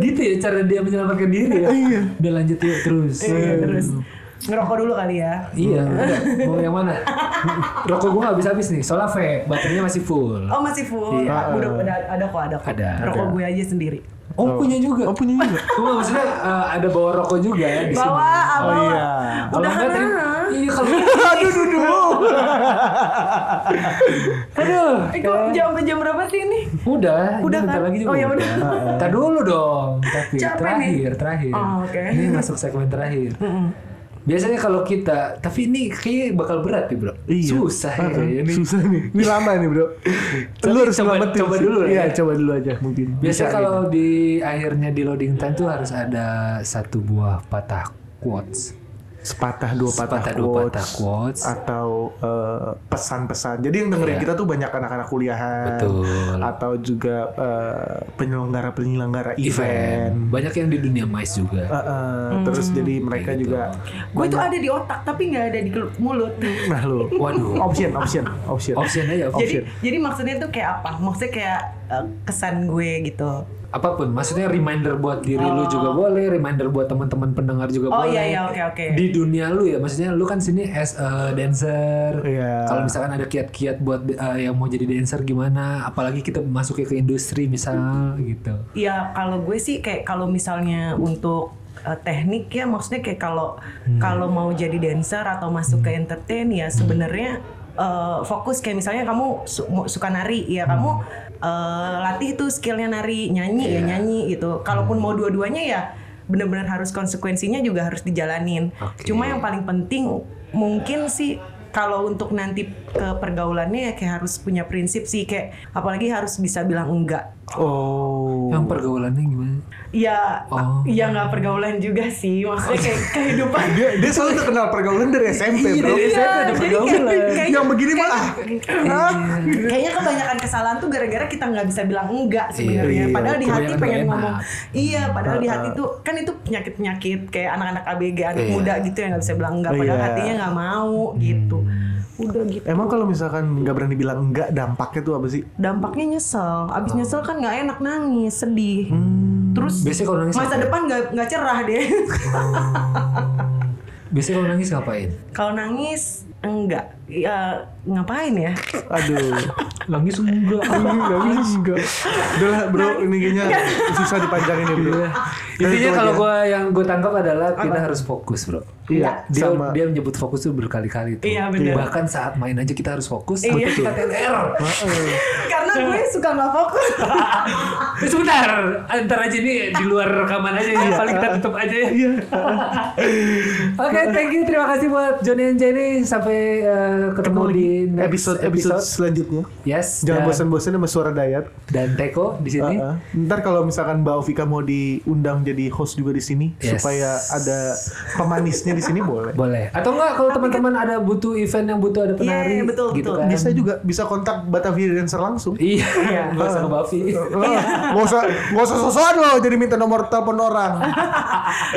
[SPEAKER 2] gitu ya cara dia menyelamatkan diri ya.
[SPEAKER 1] Iya.
[SPEAKER 2] Udah lanjut yuk terus.
[SPEAKER 3] Iya, terus ngerokok dulu kali ya
[SPEAKER 2] Iya, udah. mau yang mana? Rokok gue habis habis nih, soalnya V, baterainya masih full.
[SPEAKER 3] Oh masih full.
[SPEAKER 2] Iya.
[SPEAKER 3] Udah, ada, ada kok, ada kok.
[SPEAKER 2] Ada,
[SPEAKER 3] Rokok
[SPEAKER 2] ada.
[SPEAKER 3] gue aja sendiri.
[SPEAKER 2] Oh, punya juga.
[SPEAKER 1] Oh punya juga.
[SPEAKER 2] Cuma maksudnya eh, ada bawa rokok juga ya di sini.
[SPEAKER 3] Bawa, ah,
[SPEAKER 1] Oh,
[SPEAKER 3] bawa.
[SPEAKER 1] iya.
[SPEAKER 2] Kalau
[SPEAKER 3] Udah
[SPEAKER 2] enggak,
[SPEAKER 3] kan?
[SPEAKER 2] terima- Iya kalau
[SPEAKER 1] Aduh, duh, duh.
[SPEAKER 2] aduh.
[SPEAKER 3] Eh kok jam jam berapa sih ini?
[SPEAKER 2] Udah, ini
[SPEAKER 3] Udah
[SPEAKER 2] bentar
[SPEAKER 3] kan?
[SPEAKER 2] lagi juga.
[SPEAKER 3] Oh, ya udah.
[SPEAKER 2] Entar dulu dong, tapi
[SPEAKER 3] Capek
[SPEAKER 2] terakhir, terakhir.
[SPEAKER 3] Oh, oke.
[SPEAKER 2] Ini masuk segmen terakhir. Biasanya kalau kita, tapi ini kayaknya bakal berat nih bro. Susah ya
[SPEAKER 1] Heeh,
[SPEAKER 2] ini.
[SPEAKER 1] Iya. Susah nih. Ini lama nih, Bro.
[SPEAKER 2] Tapi
[SPEAKER 1] Lu harus
[SPEAKER 2] coba-
[SPEAKER 1] selamatin
[SPEAKER 2] coba
[SPEAKER 1] sih.
[SPEAKER 2] dulu lah
[SPEAKER 1] Iya,
[SPEAKER 2] ya.
[SPEAKER 1] coba dulu aja mungkin.
[SPEAKER 2] Biasanya
[SPEAKER 1] Bisa gitu.
[SPEAKER 2] kalau di akhirnya di loading time tuh harus ada satu buah patah quotes.
[SPEAKER 1] gitu. sepatah dua patah
[SPEAKER 2] Sepatah dua
[SPEAKER 1] quotes,
[SPEAKER 2] patah quotes.
[SPEAKER 1] atau eh, pesan-pesan. Jadi yang dengerin
[SPEAKER 2] Iya.
[SPEAKER 1] kita tuh banyak anak-anak kuliahan
[SPEAKER 2] Betul.
[SPEAKER 1] atau juga eh, penyelenggara-penyelenggara
[SPEAKER 2] Event.
[SPEAKER 1] event.
[SPEAKER 2] Banyak yang di dunia mais juga.
[SPEAKER 1] Eh, eh, terus jadi mereka
[SPEAKER 2] Kayak gitu.
[SPEAKER 1] juga
[SPEAKER 3] Gue tuh ada di otak tapi nggak ada di kelu- mulut.
[SPEAKER 1] nah lu
[SPEAKER 2] Waduh.
[SPEAKER 1] option option option
[SPEAKER 2] Option aja.
[SPEAKER 1] Option.
[SPEAKER 3] Jadi jadi maksudnya tuh kayak apa? Maksudnya kayak eh, kesan gue gitu.
[SPEAKER 2] Apapun, maksudnya reminder buat diri lu juga boleh, reminder buat teman-teman pendengar juga
[SPEAKER 3] Oh
[SPEAKER 2] boleh.
[SPEAKER 3] iya iya oke oke.
[SPEAKER 2] Di dunia lu ya, maksudnya lu kan sini as a dancer.
[SPEAKER 1] Iya.
[SPEAKER 2] Kalau misalkan ada kiat-kiat buat eh, yang mau jadi dancer gimana, apalagi kita masuknya ke industri misal gitu.
[SPEAKER 3] Ya kalau gue sih kayak kalau misalnya untuk eh, teknik ya maksudnya kayak kalau kalau mau jadi dancer atau masuk ke entertain ya sebenarnya eh, fokus kayak misalnya kamu su- mu- suka nari ya kamu eh, latih tuh skillnya nari nyanyi ya nyanyi gitu. Kalaupun mau dua-duanya ya bener-bener harus konsekuensinya juga harus dijalanin.
[SPEAKER 2] Oke.
[SPEAKER 3] Cuma yang paling penting mungkin sih kalau untuk nanti ke pergaulannya ya kayak harus punya prinsip sih kayak apalagi harus bisa bilang enggak
[SPEAKER 1] Oh.
[SPEAKER 2] Yang pergaulannya gimana?
[SPEAKER 3] Ya,
[SPEAKER 2] Oh.
[SPEAKER 3] ya nggak pergaulan juga sih, maksudnya kayak kehidupan. Iya,
[SPEAKER 1] Dia, dia selalu terkenal pergaulan dari SMP bro.
[SPEAKER 2] dari
[SPEAKER 3] jadi
[SPEAKER 2] SMP ada
[SPEAKER 3] kayak-
[SPEAKER 2] pergaulan.
[SPEAKER 3] kayak-
[SPEAKER 1] Yang begini malah.
[SPEAKER 2] gitu.
[SPEAKER 1] Hah?
[SPEAKER 2] Iya.
[SPEAKER 3] Kayaknya kebanyakan kesalahan tuh gara-gara kita nggak bisa bilang enggak
[SPEAKER 2] Iya,
[SPEAKER 3] sebenarnya.
[SPEAKER 2] iya.
[SPEAKER 3] Padahal di hati
[SPEAKER 2] Kebanyakan
[SPEAKER 3] pengen
[SPEAKER 2] nggak
[SPEAKER 3] ngomong.
[SPEAKER 2] enak.
[SPEAKER 3] Iya, padahal di hati tuh kan itu penyakit-penyakit kayak anak-anak ABG, anak
[SPEAKER 2] Iya. Oh, Hmm.
[SPEAKER 3] muda gitu yang nggak bisa bilang enggak.
[SPEAKER 1] Iya.
[SPEAKER 3] Padahal hatinya nggak mau gitu. Udah gitu.
[SPEAKER 1] Emang kalau misalkan nggak berani bilang enggak dampaknya tuh apa sih?
[SPEAKER 3] Dampaknya nyesel.
[SPEAKER 2] Oh.
[SPEAKER 3] Abis nyesel kan nggak enak nangis, sedih. Terus
[SPEAKER 2] Hmm. Biasanya Oh. kalau nangis
[SPEAKER 3] masa
[SPEAKER 2] apa?
[SPEAKER 3] depan nggak nggak cerah deh.
[SPEAKER 2] Biasanya kalau nangis ngapain?
[SPEAKER 3] Kalau nangis enggak, ya ngapain ya?
[SPEAKER 1] Aduh.
[SPEAKER 2] Nangis enggak.
[SPEAKER 1] Nangis enggak. Udah lah, bro, ini kayaknya susah dipanjangin ya bro.
[SPEAKER 2] Iya. Intinya
[SPEAKER 1] Itu
[SPEAKER 2] kalau
[SPEAKER 1] aja.
[SPEAKER 2] gua yang gue tangkap adalah kita harus fokus, Bro.
[SPEAKER 1] Iya,
[SPEAKER 2] Dia,
[SPEAKER 1] sama.
[SPEAKER 2] dia menyebut fokus tuh berkali-kali tuh.
[SPEAKER 3] Iya, bener.
[SPEAKER 2] Bahkan saat main aja kita harus fokus.
[SPEAKER 3] Iya.
[SPEAKER 2] Iya. Kita TLR.
[SPEAKER 3] Karena gue suka nggak fokus.
[SPEAKER 2] Eh, Sebentar, antar aja nih di luar rekaman aja ya. Paling kita tutup aja ya.
[SPEAKER 1] Iya.
[SPEAKER 2] Oke, thank you. Terima kasih buat Johnny and Jenny. Sampai eh, ketemu di next Ya.
[SPEAKER 1] Episode episode selanjutnya.
[SPEAKER 2] Yes.
[SPEAKER 1] Jangan
[SPEAKER 2] dan-
[SPEAKER 1] bosan-bosan sama suara dayat.
[SPEAKER 2] Dan Teko di sini.
[SPEAKER 1] Uh-uh. Ntar kalau misalkan Mbak Ovika mau diundang jadi host juga di sini
[SPEAKER 2] Yes.
[SPEAKER 1] supaya ada pemanisnya di sini boleh.
[SPEAKER 2] Boleh. Atau enggak kalau teman-teman ada butuh event yang butuh ada penari
[SPEAKER 3] Iya, betul,
[SPEAKER 2] gitu
[SPEAKER 3] betul.
[SPEAKER 2] kan.
[SPEAKER 1] Bisa juga bisa kontak Batavia Dancer langsung.
[SPEAKER 2] Iya, enggak
[SPEAKER 1] Eh,
[SPEAKER 2] usah Iya. ke Buffy.
[SPEAKER 1] Gak usah, gak usah sosokan loh jadi minta nomor telepon orang.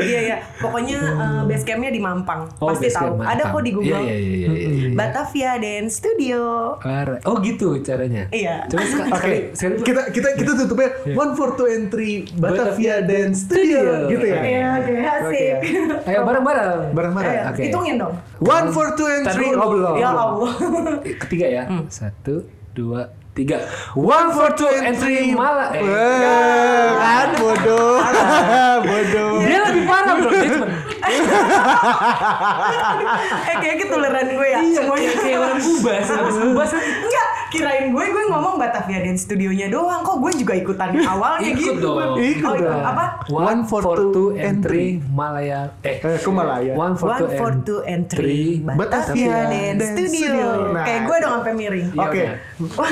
[SPEAKER 3] Iya iya. Pokoknya eh, base campnya di Mampang.
[SPEAKER 2] Oh,
[SPEAKER 3] Pasti
[SPEAKER 2] basecamp
[SPEAKER 3] tahu. Ada
[SPEAKER 2] mantap.
[SPEAKER 3] kok di Google.
[SPEAKER 2] Iya, iya, iya, iya, iya.
[SPEAKER 3] Batavia Dance Studio.
[SPEAKER 2] Alright. Oh gitu caranya.
[SPEAKER 3] Iya.
[SPEAKER 2] Coba sekali.
[SPEAKER 1] Oke,
[SPEAKER 2] sekali, sekali-
[SPEAKER 1] kita kita kita tutupnya one for two and three Batavia Dance
[SPEAKER 2] Iya. Studio.
[SPEAKER 1] Studio, gitu ya.
[SPEAKER 3] Iya, oke, asik.
[SPEAKER 2] Ayo bareng-bareng.
[SPEAKER 3] Ayo,
[SPEAKER 1] Bareng-bareng.
[SPEAKER 2] ya. Oke.
[SPEAKER 3] hitungin dong.
[SPEAKER 1] One for two and
[SPEAKER 2] Tadi
[SPEAKER 1] three.
[SPEAKER 2] ngobrol.
[SPEAKER 3] Ya Allah.
[SPEAKER 2] Ketiga ya. Satu, dua, tiga. One for two and three malah. Eh.
[SPEAKER 1] Wah, kan bodoh, bodoh.
[SPEAKER 2] Dia lebih parah bro. Dia cuma
[SPEAKER 3] eh kayaknya ketularan gue ya.
[SPEAKER 2] iya
[SPEAKER 3] semuanya.
[SPEAKER 2] kayak kayak orang Kuba. Orang Kuba sih.
[SPEAKER 3] Enggak, kirain gue gue ngomong Batavia Dance Studionya doang kok gue juga ikutan awalnya
[SPEAKER 2] Ikut
[SPEAKER 3] gitu. Oh,
[SPEAKER 2] dong.
[SPEAKER 1] Ikut dong.
[SPEAKER 3] Apa?
[SPEAKER 2] iya. One for two and three Malaya. Eh,
[SPEAKER 1] Eh, kok Malaya?
[SPEAKER 2] One for
[SPEAKER 3] One
[SPEAKER 2] two
[SPEAKER 3] for
[SPEAKER 2] and
[SPEAKER 3] two and three.
[SPEAKER 1] Batavia
[SPEAKER 3] Batavia Dance
[SPEAKER 1] Dance
[SPEAKER 3] Studio.
[SPEAKER 1] Studio. Nah.
[SPEAKER 3] Kayak gue dong sampai miring.
[SPEAKER 2] Iya,
[SPEAKER 1] Oke.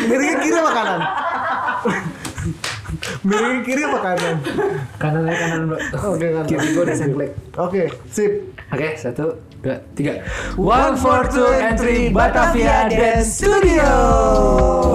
[SPEAKER 1] Miringnya kiri apa kanan? Miringnya kiri apa kanan?
[SPEAKER 2] Kanan eh, kanan bro. Oke, kiri gue udah sengklek.
[SPEAKER 1] Oke, sip.
[SPEAKER 2] Oke, satu, dua, tiga. One for two and three Batavia Dance Studio.